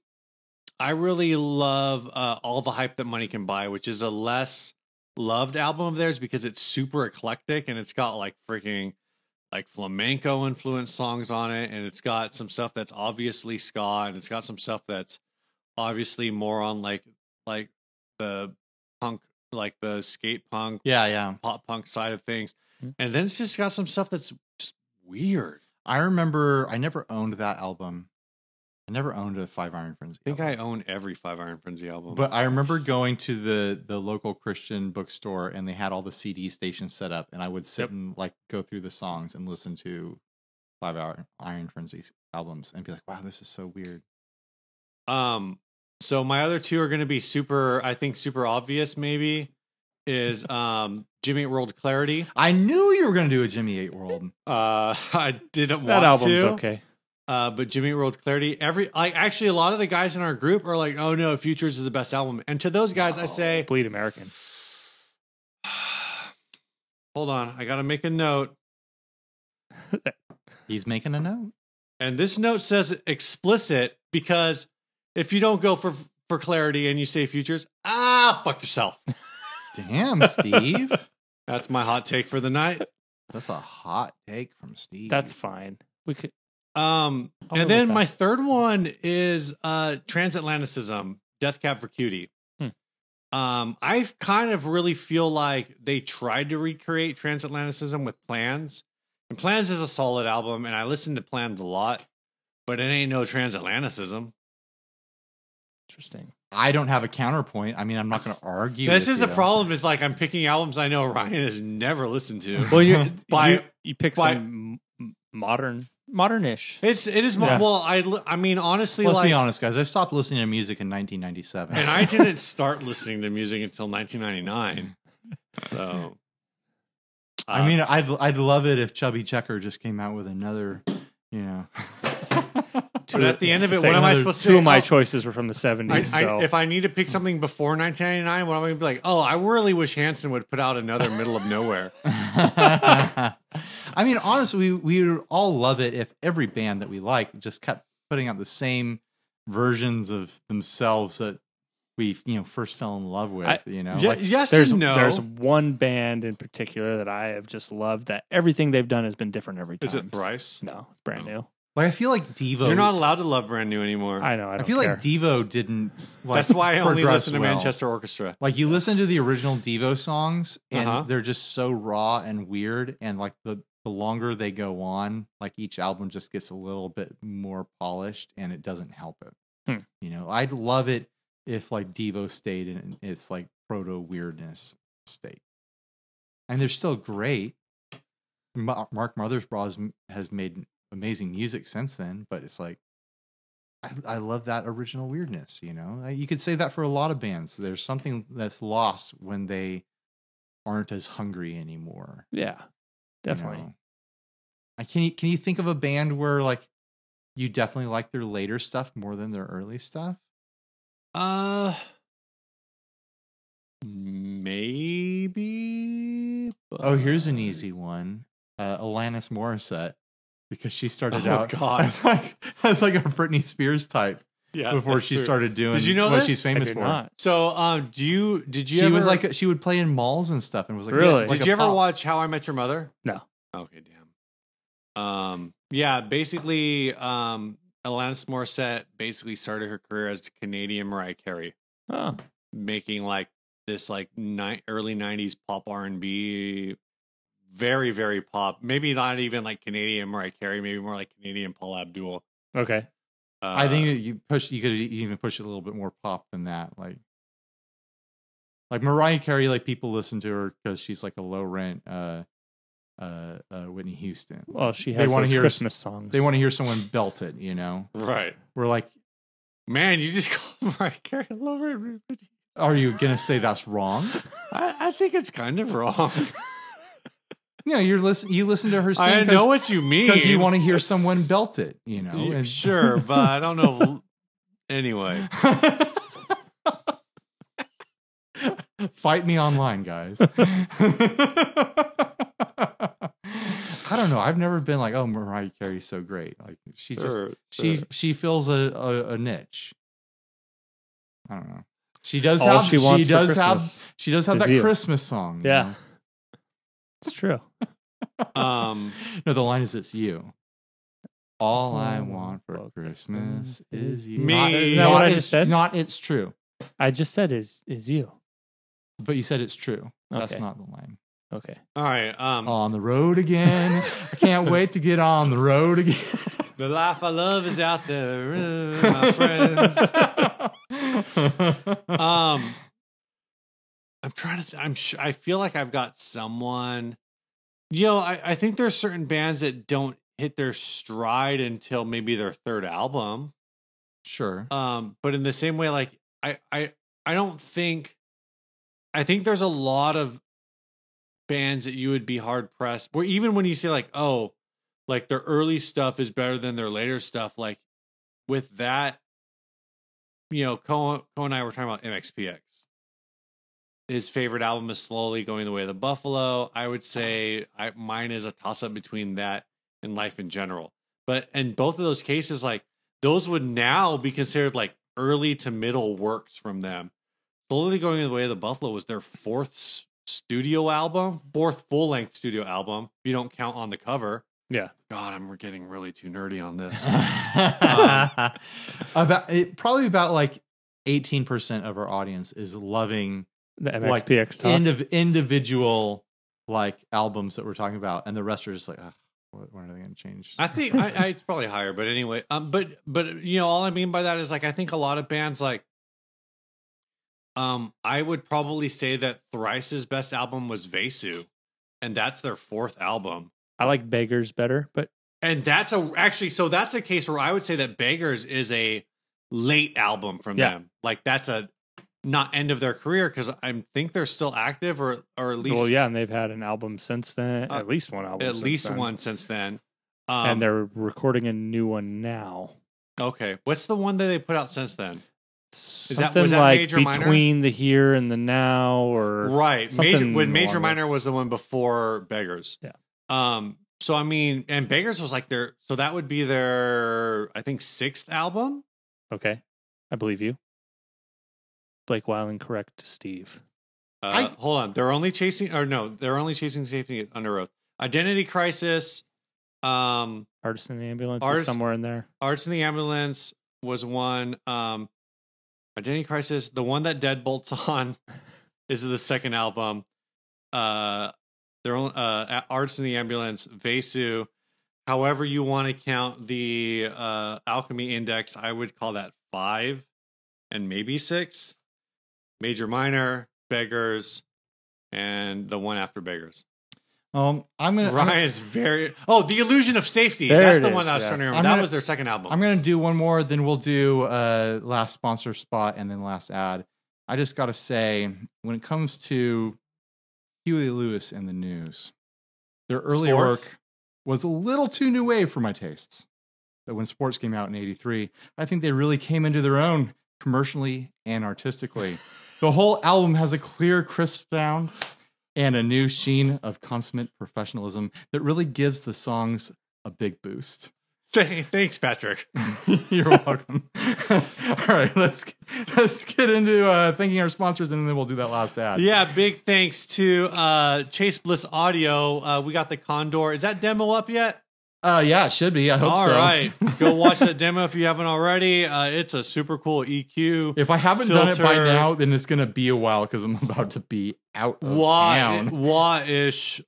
A: I really love uh, all the hype that money can buy, which is a less loved album of theirs because it's super eclectic and it's got like freaking like flamenco influenced songs on it, and it's got some stuff that's obviously ska, and it's got some stuff that's obviously more on like like the punk, like the skate punk,
B: Yeah, yeah.
A: pop punk side of things,
C: Mhm.
A: and then it's just got some stuff that's just weird.
B: I remember I never owned that album. I never owned a Five Iron Frenzy.
A: I think
B: album.
A: I own every Five Iron Frenzy album.
B: But I remember going to the the local Christian bookstore and they had all the CD stations set up, and I would sit
C: Yep.
B: and like go through the songs and listen to Five Hour Iron Frenzy albums and be like, "Wow, this is so weird."
A: Um, so my other two are going to be super. I think super obvious. Maybe is um Jimmy Eat World Clarity.
B: I knew you were going to do a Jimmy Eight World.
A: Uh, I didn't
C: that
A: want
C: album's
A: to.
C: okay.
A: Uh, but Jimmy Eat World Clarity. Every like actually a lot of the guys in our group are like, oh no, Futures is the best album. And to those guys, I say,
C: Bleed American.
A: hold on, I got to make a note.
B: He's making a note.
A: And this note says explicit because if you don't go for for clarity and you say futures, ah, fuck yourself.
B: Damn, Steve.
A: That's my hot take for the night.
B: That's a hot take from Steve.
C: That's fine. We could.
A: Um,
C: I'll
A: and
C: go with
A: then
C: that.
A: my third one is uh, transatlanticism, death cab for cutie.
C: Hmm.
A: Um, I kind of really feel like they tried to recreate transatlanticism with Plans, and Plans is a solid album, and I listen to Plans a lot, but it ain't no transatlanticism.
C: Interesting.
B: I don't have a counterpoint. I mean, I'm not going to argue.
A: this
B: with
A: is the
B: you.
A: problem. Is like I'm picking albums I know Ryan has never listened to.
C: Well, you
A: By-
C: you, you pick
A: by-
C: some m- modern modernish.
A: It's it is mo-
C: Yeah.
A: well. I li- I mean honestly,
B: Let's
A: like
B: be honest, guys. I stopped listening to music in 1997.
A: and I didn't start listening to music until 1999. So, uh,
B: I mean, I'd I'd love it if Chubby Checker just came out with another, you know.
A: but at the end of it,
C: Say
A: what am I
C: another-
A: supposed to
C: Two
A: say?
C: of my
A: Oh,
C: choices were from the seventies.
A: I,
C: So
A: I, if I need to pick something before 1999, what am I going to be like? Oh, I really wish Hanson would put out another Middle of Nowhere.
B: I mean, honestly, we we would all love it if every band that we like just kept putting out the same versions of themselves that we you know first fell in love with.
C: I-
B: you know,
A: Ye-
B: Like,
A: yes
C: there's
A: and no.
C: there's one band in particular that I have just loved that everything they've done has been different every time.
A: Is it Bryce?
C: No, brand new.
B: like I feel like Devo.
A: You're not allowed to love brand new anymore.
C: I know. I,
B: I,
C: don't
B: feel
C: care.
B: like Devo didn't. Like,
A: That's why I only
B: progress
A: listen to
B: well.
A: Manchester Orchestra.
B: Like you listen to the original Devo songs and
A: Uh-huh.
B: they're just so raw and weird and like the the longer they go on, like each album just gets a little bit more polished and it doesn't help it.
C: Hmm.
B: You know, I'd love it if like Devo stayed in its like proto weirdness state. And they're still great. Ma- Mark Mothersbaugh has- has made amazing music since then, but it's like I, I love that original weirdness. You know, Uh, you could say that for a lot of bands. There's something that's lost when they aren't as hungry anymore.
C: yeah,
B: you
C: definitely.
B: know? I can. You, can you think of a band where like you definitely like their later stuff more than their early stuff?
A: Uh, maybe.
B: Oh, here's an
A: but-
B: easy one: uh, Alanis Morissette, because she started
A: Oh,
B: out
A: God.
B: as like as like a Britney Spears type
A: Yeah,
B: before
A: that's
B: she
A: true.
B: started doing.
A: Did you know
B: what
A: this?
B: she's
A: I
B: famous
C: I did
B: for?
C: not.
A: So, um, do you did you
B: she was
A: ever-
B: like she would play in malls and stuff and was like
C: Really?
B: like
A: Did
B: a
A: you ever
B: pop.
A: watch How I Met Your Mother?
C: No.
A: Okay, damn. Um, yeah, basically, um, Alanis Morissette basically started her career as the Canadian Mariah Carey,
C: Oh,
A: making like this like ni- early '90s pop R and B, very very pop. Maybe not even like Canadian Mariah Carey, maybe more like Canadian Paul Abdul.
C: okay.
A: Uh,
B: I think you push. You could even push it a little bit more pop than that. Like, like Mariah Carey. Like people listen to her because she's like a low rent. Uh, uh, uh, Whitney Houston.
C: Well, she
B: They
C: has
B: wanna
C: those
B: hear us-
C: Christmas songs.
B: They want to hear someone belt it. You know,
A: right,
B: we're like,
A: man, you just called Mariah Carey a low rent Ruby.
B: are you gonna say that's wrong?
A: I, I think it's kind of wrong.
B: No, you're listen. You listen to her sing.
A: I
B: 'cause-
A: know what you mean.
B: because you want to hear someone belt it. You know,
A: Y-
B: and-
A: sure, but I don't know. anyway,
B: Fight me online, guys. I don't know. I've never been like, oh, Mariah Carey's so great. Like she just
A: Sure,
B: she
A: sure.
B: she fills a, a, a niche. I don't know. She does
C: all
B: have
C: she
B: she,
C: wants. for
B: does have
C: Christmas.
B: she does have
C: is
B: that
C: you.
B: Christmas song. you
C: Yeah. It's true.
A: um,
B: know? No, the line is it's you. All I want for Christmas is you.
A: Me.
B: Not-
A: Isn't
C: that what
B: not
C: I just
B: it's-
C: said?
B: Not it's true.
C: I just said is is you.
B: But you said it's true. That's
C: Okay.
B: not the line.
C: Okay.
A: all right. Um,
B: On the road again. I can't wait to get on the road again.
A: the life I love is out there, uh, my friends. Um, I'm trying to. Th- I'm. Sh- I feel like I've got someone. You know, I, I think there's certain bands that don't hit their stride until maybe their third album.
B: sure.
A: um but in the same way like i i i don't think i think there's a lot of bands that you would be hard pressed where even when you say like oh like their early stuff is better than their later stuff like with that you know Co Co and i were talking about mxpx his favorite album is slowly going the way of the buffalo i would say i mine is a toss up between that and life in general But in both of those cases, like those would now be considered like early to middle works from them. Slowly going in the way of the Buffalo was their fourth s- studio album, fourth full length studio album. If you don't count on the cover.
C: Yeah.
A: God, I'm getting really too nerdy on this.
B: Um, about it, probably about like 18% of our audience is loving
C: The
B: Like,
C: MXPX talk.
B: end of individual like albums that we're talking about and the rest are just like "Ugh, what, when are they going to change
A: I think I, I it's probably higher, but anyway, um, but but you know, all I mean by that is like I think a lot of bands like, um, I would probably say that Thrice's best album was Vesu, and that's their fourth album,
C: I like beggars better, but
A: and that's a actually so that's a case where I would say that Beggars is a late album from
C: Yeah.
A: them, like that's a not end of their career because I think they're still active or or at least
C: well, yeah, and they've had an album since then,
A: Uh,
C: at least one album,
A: at
C: since
A: least
C: then.
A: one since then. Um,
C: and they're recording a new one now.
A: okay. What's the one that they put out since then?
C: Something
A: that- was that
C: like
A: major, minor?
C: between the here and the now, or
A: right major
C: something
A: when major
C: along
A: minor was the one before beggars
C: Yeah.
A: um so i mean and beggars was like their so that would be their i think sixth album
C: okay, I believe you. Blake Wyland, correct, Steve.
A: uh,
B: I-
A: hold on they're only chasing or no they're only chasing safety under oath identity crisis um
C: Artist in the ambulance is
A: Artist-
C: somewhere in there.
A: arts in the ambulance was one um identity crisis the one that deadbolts on is the second album uh their own uh arts in the ambulance vesu however you want to count the uh alchemy index i would call that five and maybe six major minor beggars and the one after beggars
B: um i'm going to
A: ryan's very oh the illusion of safety
C: There
A: that's
C: it
A: the
C: is,
A: one i was
C: yes.
A: trying to remember
B: I'm
A: that
B: gonna-
A: was their second album
B: I'm gonna do one more, then we'll do uh last sponsor spot and then last ad. I just gotta say, when it comes to Huey Lewis and the news, their early
A: Sports?
B: work was a little too new wave for my tastes. But when sports came out in '83, I think they really came into their own commercially and artistically. the whole album has a clear, crisp sound and a new sheen of consummate professionalism that really gives the songs a big boost.
A: Th- Thanks, Patrick.
B: You're welcome. All right, let's let's get into uh, thanking our sponsors, and then we'll do that last ad.
A: Yeah, big thanks to uh, Chase Bliss Audio. Uh, we got the Condor. Is that demo up yet?
B: uh, yeah, it should be. I hope
A: All
B: so.
A: right, go watch that demo if you haven't already. Uh, it's a super cool E EQ.
B: If I haven't done it by
A: Filter.
B: now, then it's gonna be a while because I'm about to be out of
A: Wah,
B: town.
A: wah ish.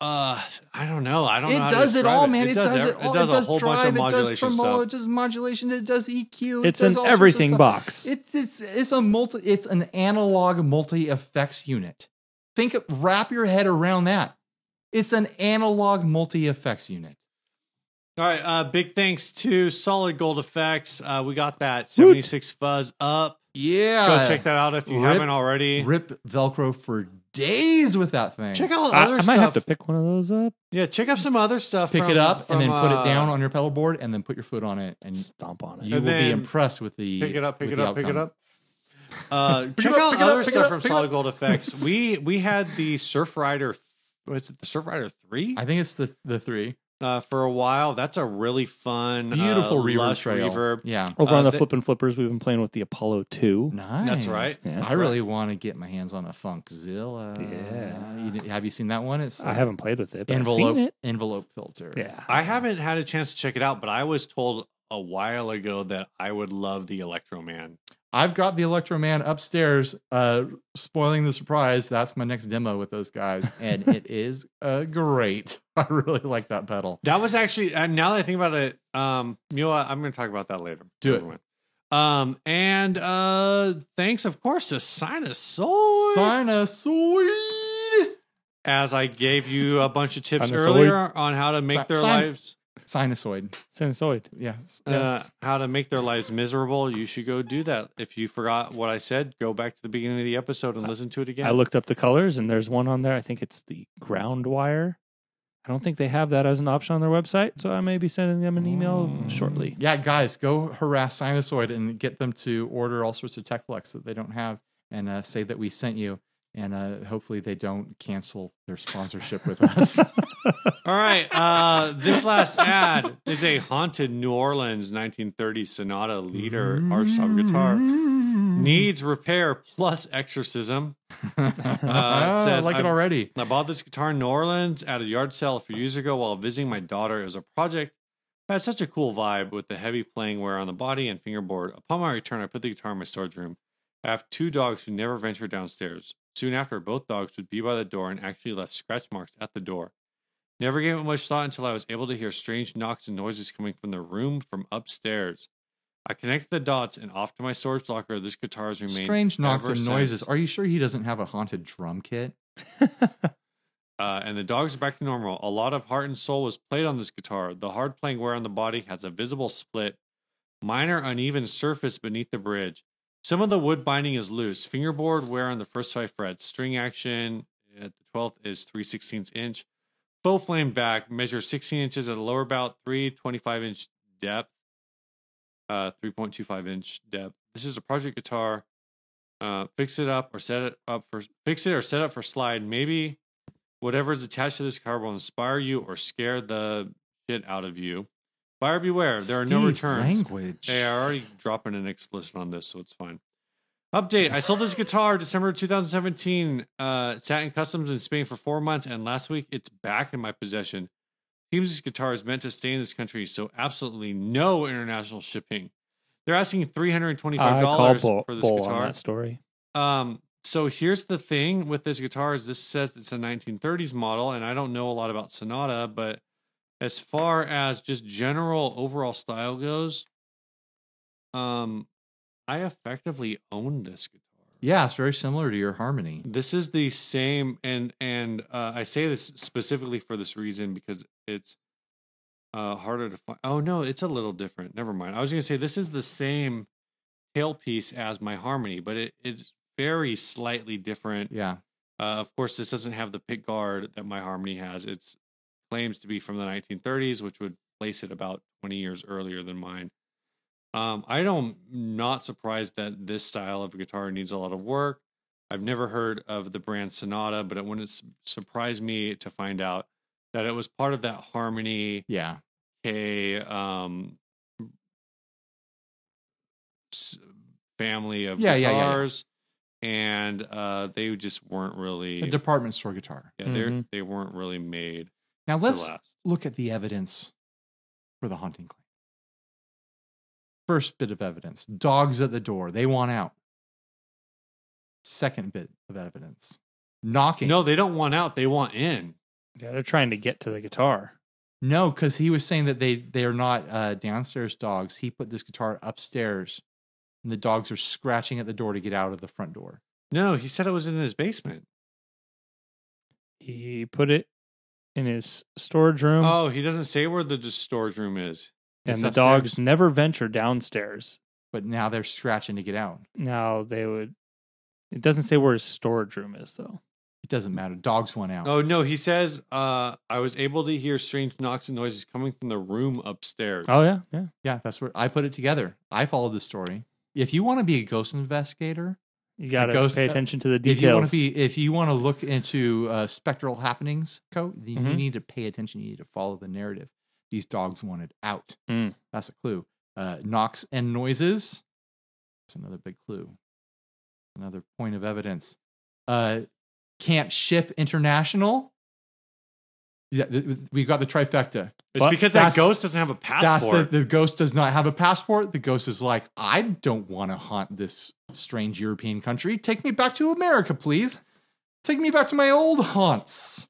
A: Uh, I don't know. I don't. know how
B: It
A: to
B: does it
A: describe
B: all, man. It, does,
A: ev-
B: it all.
A: It does a whole
B: drive.
A: bunch of
B: it does
A: modulation
B: tremolo. It
A: stuff.
B: does modulation. It does EQ.
C: It's
B: it does
C: an
B: all sorts of
C: everything
B: stuff.
C: box.
B: It's it's it's a multi. It's an analog multi effects unit. Think wrap your head around that. It's an analog multi effects unit.
A: All right. Uh, big thanks to Solid Gold Effects. Uh, we got that seventy six fuzz up.
B: Yeah.
A: Go check that out if you
B: Uh, rip-
A: haven't already.
B: Rip Velcro for days with that thing.
A: Check out
C: I, I
A: other
C: might
A: stuff.
C: have to pick one of those up,
A: Yeah, check out some other stuff.
B: Pick
A: from-
B: it up
A: from,
B: and then put
A: uh,
B: it down on your pedal board and then put your foot on it and
C: stomp on it.
B: you
A: And
B: will be
A: then
B: impressed with the
A: Pick it up, pick
B: with
A: it
B: the
A: up, pick it
B: outcome.
A: up. Uh,
B: it
A: check
B: up,
A: out
B: pick it up,
A: other
B: pick it
A: stuff
B: up,
A: from
B: pick it
A: Solid
B: up.
A: Gold Effects. We we had the Surf Rider. th- Was it the Surf Rider three?
B: I think it's the the three.
A: Uh, for a while, that's a really fun,
B: Beautiful
A: uh,
B: reverb
A: lush
B: trail.
A: reverb.
B: Yeah.
C: Over
A: Uh,
C: on the
A: the-
C: flippin' flippers, we've been playing with the Apollo two.
B: Nice.
A: right.
C: Yeah.
B: I really want to get my hands on a Funkzilla.
C: Yeah.
B: You didn't- have you seen that one? It's
C: I
B: like
C: haven't played with it, but I've
B: envelope
C: seen it.
B: envelope filter.
C: Yeah,
A: I haven't had a chance to check it out, but I was told a while ago that I would love the Electro Man.
B: I've got the Electro Man upstairs. Uh, spoiling the surprise. That's my next demo with those guys, and it is uh, great. I really like that pedal.
A: That was actually uh, now that I think about it, um, you know what? I'm going to talk about that later.
B: Do it.
A: Everyone. Um, and uh, thanks, of course, to Sinusoid.
B: Sinusoid.
A: as I gave you a bunch of tips
C: Sinusoid.
A: earlier on how to make
B: Si-
A: their
B: sin-
A: lives
B: Sinusoid.
C: sinusoid.
B: Yes.
A: uh, how to make their lives miserable, you should go do that. If you forgot what I said, go back to the beginning of the episode and listen to it again.
C: I looked up the colors, and there's one on there. I think it's the ground wire. I don't think they have that as an option on their website, so I may be sending them an email
A: Mm.
C: shortly.
B: yeah, guys, go harass Sinusoid and get them to order all sorts of tech flex that they don't have, and uh, say that we sent you. and uh, hopefully they don't cancel their sponsorship with us.
A: All right. Uh, this last ad is a haunted New Orleans 1930s sonata leader archtop guitar. Needs repair plus exorcism. Uh,
B: Ah,
A: says,
B: I like
A: I'm-
B: it already.
A: I bought this guitar in New Orleans at a yard sale a few years ago while visiting my daughter. It was a project that had such a cool vibe with the heavy playing wear on the body and fingerboard. Upon my return, I put the guitar in my storage room. I have two dogs who never venture downstairs. Soon after, both dogs would be by the door and actually left scratch marks at the door. Never gave it much thought until I was able to hear strange knocks and noises coming from the room from upstairs. I connected the dots and off to my storage locker. This guitar has remained
B: Strange knocks
A: ever
B: and noises.
A: since.
B: Are you sure he doesn't have a haunted drum kit?
A: uh, and the dogs are back to normal. A lot of heart and soul was played on this guitar. The hard playing wear on the body has a visible split, minor uneven surface beneath the bridge. Some of the wood binding is loose. Fingerboard wear on the first five frets. String action at the 12th is 3 16ths inch. Bow flame back measure 16 inches at the lower bout, 3 25 inch depth, uh, 3.25 inch depth. This is a project guitar. Uh, fix it up or set it up for fix it or set up for slide. Maybe Whatever is attached to this car will inspire you or scare the shit out of you. Buyer beware, there are no
B: Steve,
A: returns.
B: Language.
A: Hey, I already dropping an explicit on this, so it's fine. Update I sold this guitar December 2017. Uh, it sat in customs in Spain for four months, and last week it's back in my possession. Seems this guitar is meant to stay in this country, so absolutely no international shipping. They're asking
C: I call
A: $325
C: bull,
A: for this
C: bull on
A: guitar.
C: that story.
A: Um, so here's the thing with this guitar is this says it's a 1930s model, and I don't know a lot about Sonata, but as far as just general overall style goes, um, I effectively own this guitar.
B: Yeah, it's very similar to your harmony.
A: This is the same, and and uh, I say this specifically for this reason because it's uh harder to find. Oh no, it's a little different. Never mind. I was gonna say this is the same tailpiece as my harmony, but it, it's very slightly different.
B: Yeah.
A: Uh, of course, this doesn't have the pick guard that my harmony has. It's claims to be from the 1930s, which would place it about 20 years earlier than mine. Um, I don't not surprised that this style of guitar needs a lot of work. I've never heard of the brand Sonata, but it wouldn't su- surprise me to find out that it was part of that harmony
B: Yeah.
A: K um s- family of
B: Yeah, yeah, yeah, yeah.
A: guitars, and uh, they just weren't really
B: A department store guitar.
A: yeah, they're
C: Mhm.
A: they weren't really made
B: Now let's
A: to last.
B: look at the evidence for the haunting claim. First bit of evidence dogs at the door. They want out. Second bit of evidence knocking.
A: No, they don't want out. They want in.
C: Yeah, they're trying to get to the guitar.
B: No, because he was saying that they they are not uh, downstairs dogs. He put this guitar upstairs, and the dogs are scratching at the door to get out of the front door.
A: No, he said it was in his basement.
C: He put it in his storage room,
A: Oh, he doesn't say where the d- storage room is.
C: and
B: it's
C: the
B: upstairs.
C: dogs never venture downstairs.
B: But now they're scratching to get out.
C: Now they would. It doesn't say where his storage room is though.
B: It doesn't matter. Dogs went out.
A: Oh no, he says uh, I was able to hear strange knocks and noises coming from the room upstairs.
C: Oh yeah, yeah.
B: Yeah, that's where I put it together. I followed the story. If you want to be a ghost investigator,
C: You got to
B: ghost-
C: pay attention to the
B: if you want
C: details.
B: to be if you want to look into uh, spectral happenings co then you
C: Mhm.
B: need to pay attention you need to follow the narrative these dogs wanted out
C: Mm.
B: that's a clue uh, knocks and noises that's another big clue another point of evidence uh, can't ship international yeah, th- th- we've got the trifecta.
A: it's
C: But
A: because that
B: that's-
A: ghost doesn't have a
B: That's the,
A: passport.
B: the ghost does not have a passport. The ghost is like, I don't want to haunt this strange European country. Take me back to America, please. Take me back to my old haunts.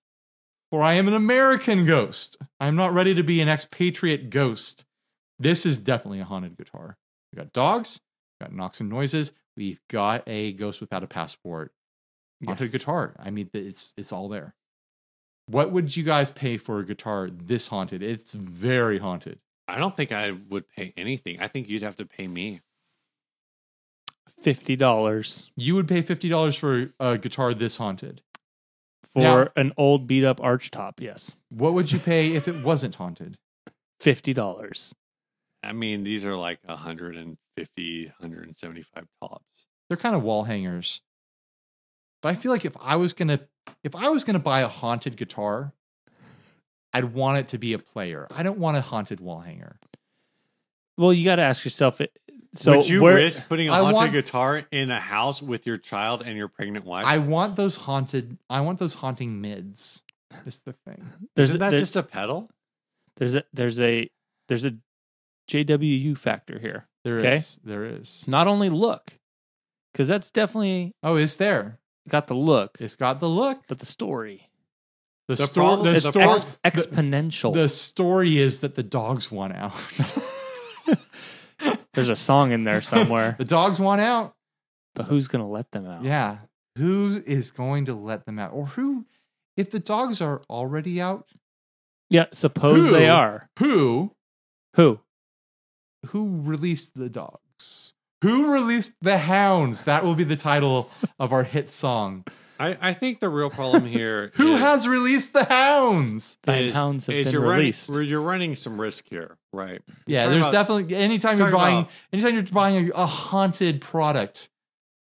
B: For I am an American ghost. I'm not ready to be an expatriate ghost. This is definitely a haunted guitar. We got dogs, we got knocks and noises. We've got a ghost without a passport. Haunted
C: Yes.
B: guitar. I mean, it's it's all there. What would you guys pay for a guitar this haunted? It's very haunted.
A: I don't think I would pay anything. I think you'd have to pay me.
C: Fifty dollars
B: You would pay fifty dollars for a guitar this haunted.
C: for
B: Now-
C: an old beat up arch top. Yes,
B: What would you pay if it wasn't haunted?
C: fifty dollars.
A: I mean, these are like 150, 175 tops.
B: They're kind of wall hangers. But I feel like if I was gonna if I was gonna buy a haunted guitar, I'd want it to be a player. I don't want a haunted wall hanger.
C: Well, you got to ask yourself. it- So
A: Would you
C: where-
A: risk putting a
B: I
A: haunted
B: want-
A: guitar in a house with your child and your pregnant wife?
B: I want those haunted I want those haunting mids. Is the thing.
C: There's
A: Isn't
C: a,
A: that
C: there's,
A: just a pedal?
C: there's a there's a there's a JWU factor here.
B: There is.
C: Okay.
B: There is.
C: Not only look, because that's definitely
B: Oh, it's there.
C: got the look,
B: It's got the look.
C: but the story.
B: The,
A: The
B: sto-
A: problem-
B: the
A: the
C: It's
B: story
A: problem-
C: ex-
A: the-
C: exponential.
B: the story is that the dogs won out.
C: there's a song in there somewhere,
B: the dogs won out.
C: but who's gonna let them out?
B: Yeah. Who is going to let them out? Or who, if the dogs are already out,
C: Yeah, Suppose
B: Who?
C: they are.
B: who
C: Who?
B: who released the dogs? Who released the hounds? That will be the title of our hit song.
A: I, I think the real problem here
B: Who
A: is-
B: has released the hounds?
C: Nine
A: is-
C: hounds have
A: is
C: been
A: you're
C: released.
A: Running, you're running some risk here, right?
B: Yeah,
A: Talking
B: there's
A: about-
B: definitely anytime you're
A: talking
B: buying
A: about-
B: anytime you're buying a, a haunted product,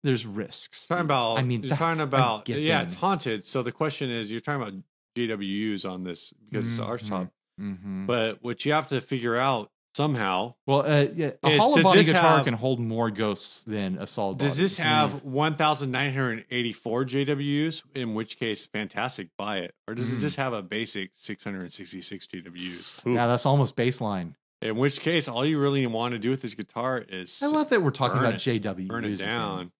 B: there's risks.
A: Talking about,
B: I mean,
A: you're
B: that's
A: talking
B: a
A: about, yeah,
B: given.
A: it's haunted. So the question is, you're talking about GWUs on this because it's our
B: Mhm.
A: top.
B: Mhm.
A: But what you have to figure out somehow
B: well, uh, yeah, a
A: Is-
B: hollow
A: does
B: body
A: this
B: guitar
A: have-
B: can hold more ghosts than a solid.
A: does
B: body.
A: this have 1,984 JWUs? In which case, fantastic, buy it. Or does it
B: Mm.
A: just have a basic 666 JWUs?
C: Who?
B: Yeah, that's almost baseline.
A: In which case, all you really want to do with this guitar is
B: I love that we're talking
A: Burn
B: about
A: it.
B: JW.
A: burn it down,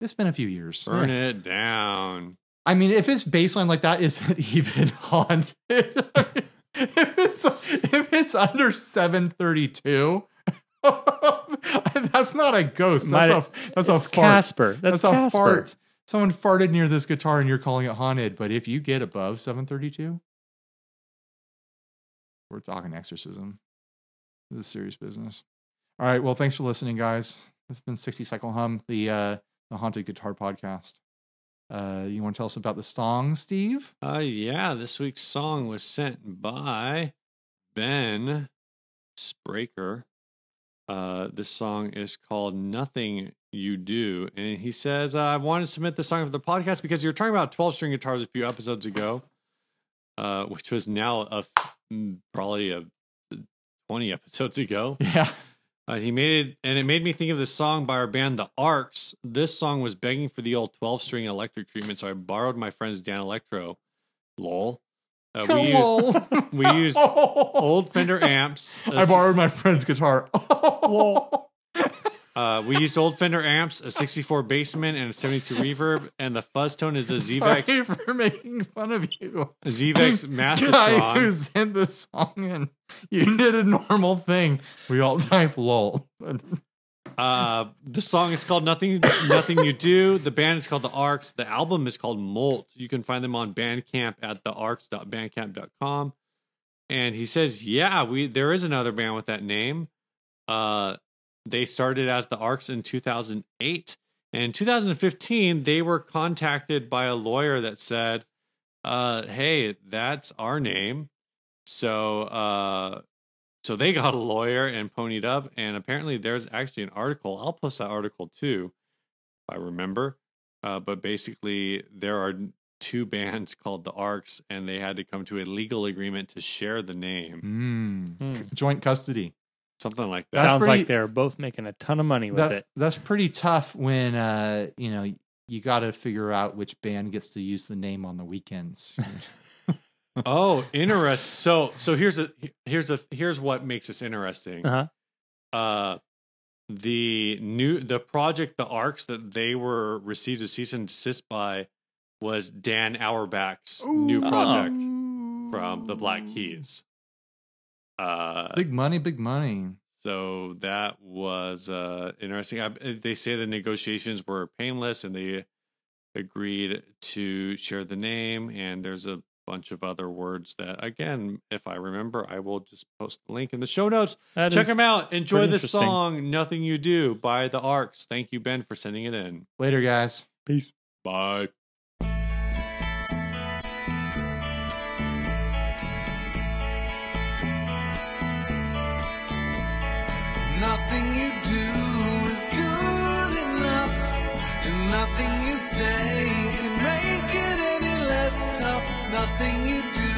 B: It's been a few years.
A: burn it down.
B: I mean, if it's baseline like that, is it even haunted? if it's if it's under seven thirty two, that's not a ghost. That's
C: Might-
B: a that's a
C: It's
B: fart.
C: Casper. That's,
B: That's, a
C: Casper.
B: fart. Someone farted near this guitar, and you're calling it haunted. But if you get above seven thirty two, we're talking exorcism. This is serious business. All right. Well, thanks for listening, guys. It's been sixty cycle hum the uh, the haunted guitar podcast. Uh, you want to tell us about the song, Steve?
A: Uh, yeah, this week's song was sent by Ben Spraker. Uh, this song is called Nothing You Do. And he says, I wanted to submit this song for the podcast because you were talking about 12 string guitars a few episodes ago, uh, which was now a f- mm, probably a 20 episodes ago.
B: Yeah.
A: Uh, he made it, and it made me think of this song by our band, The Arcs. This song was begging for the old 12 string electric treatment, so I borrowed my friend's Dan Electro. Lol. Uh, we used we used old Fender amps.
B: I borrowed my friend's guitar.
A: Uh, we used old Fender amps, a 64 Bassman, and a 72 Reverb, and the fuzz tone is a
B: Sorry
A: Zvex
B: for making fun of you.
A: Zvex
B: guy who
A: Mastertron.
B: sent the song in. You did a normal thing. We all type lol.
A: Hmm. Uh, the song is called Nothing Nothing You Do. The band is called The Arcs. The album is called Molt. You can find them on Bandcamp at thearcs.bandcamp.com. And he says, "Yeah, we there is another band with that name. Uh, they started as The Arcs in 2008. And in 2015, they were contacted by a lawyer that said, uh, "Hey, that's our name." So, uh, so they got a lawyer and ponied up, and apparently there's actually an article. I'll post that article too, if I remember. Uh, but basically, there are two bands called the Arcs, and they had to come to a legal agreement to share the name,
B: Mm.
C: Hmm.
B: Joint custody.
A: something like that.
B: That's
C: Sounds
B: pretty-
C: like they're both making a ton of money with
B: That,
C: it.
B: that's pretty tough when uh, you know you got to figure out which band gets to use the name on the weekends.
A: oh, interesting. So, so here's a here's a here's what makes this interesting.
C: Uh-huh.
A: uh the new the project the arcs that they were received a cease and desist by was dan auerbach's new
B: Ooh. Oh.
A: project
C: Oh.
A: from the black keys uh
B: Big money, big money.
A: so that was uh interesting I, they say the negotiations were painless and they agreed to share the name and there's a bunch of other words that again if i remember i will just post the link in the show notes
C: That
A: Check
C: is-
A: them out. Enjoy
C: pretty
A: this
C: interesting.
A: song, Nothing You Do by The Arcs. Thank you, Ben, for sending it in.
B: Later, guys.
C: Peace.
A: Bye.
D: Nothing you do is good enough, and nothing you say can nothing you do.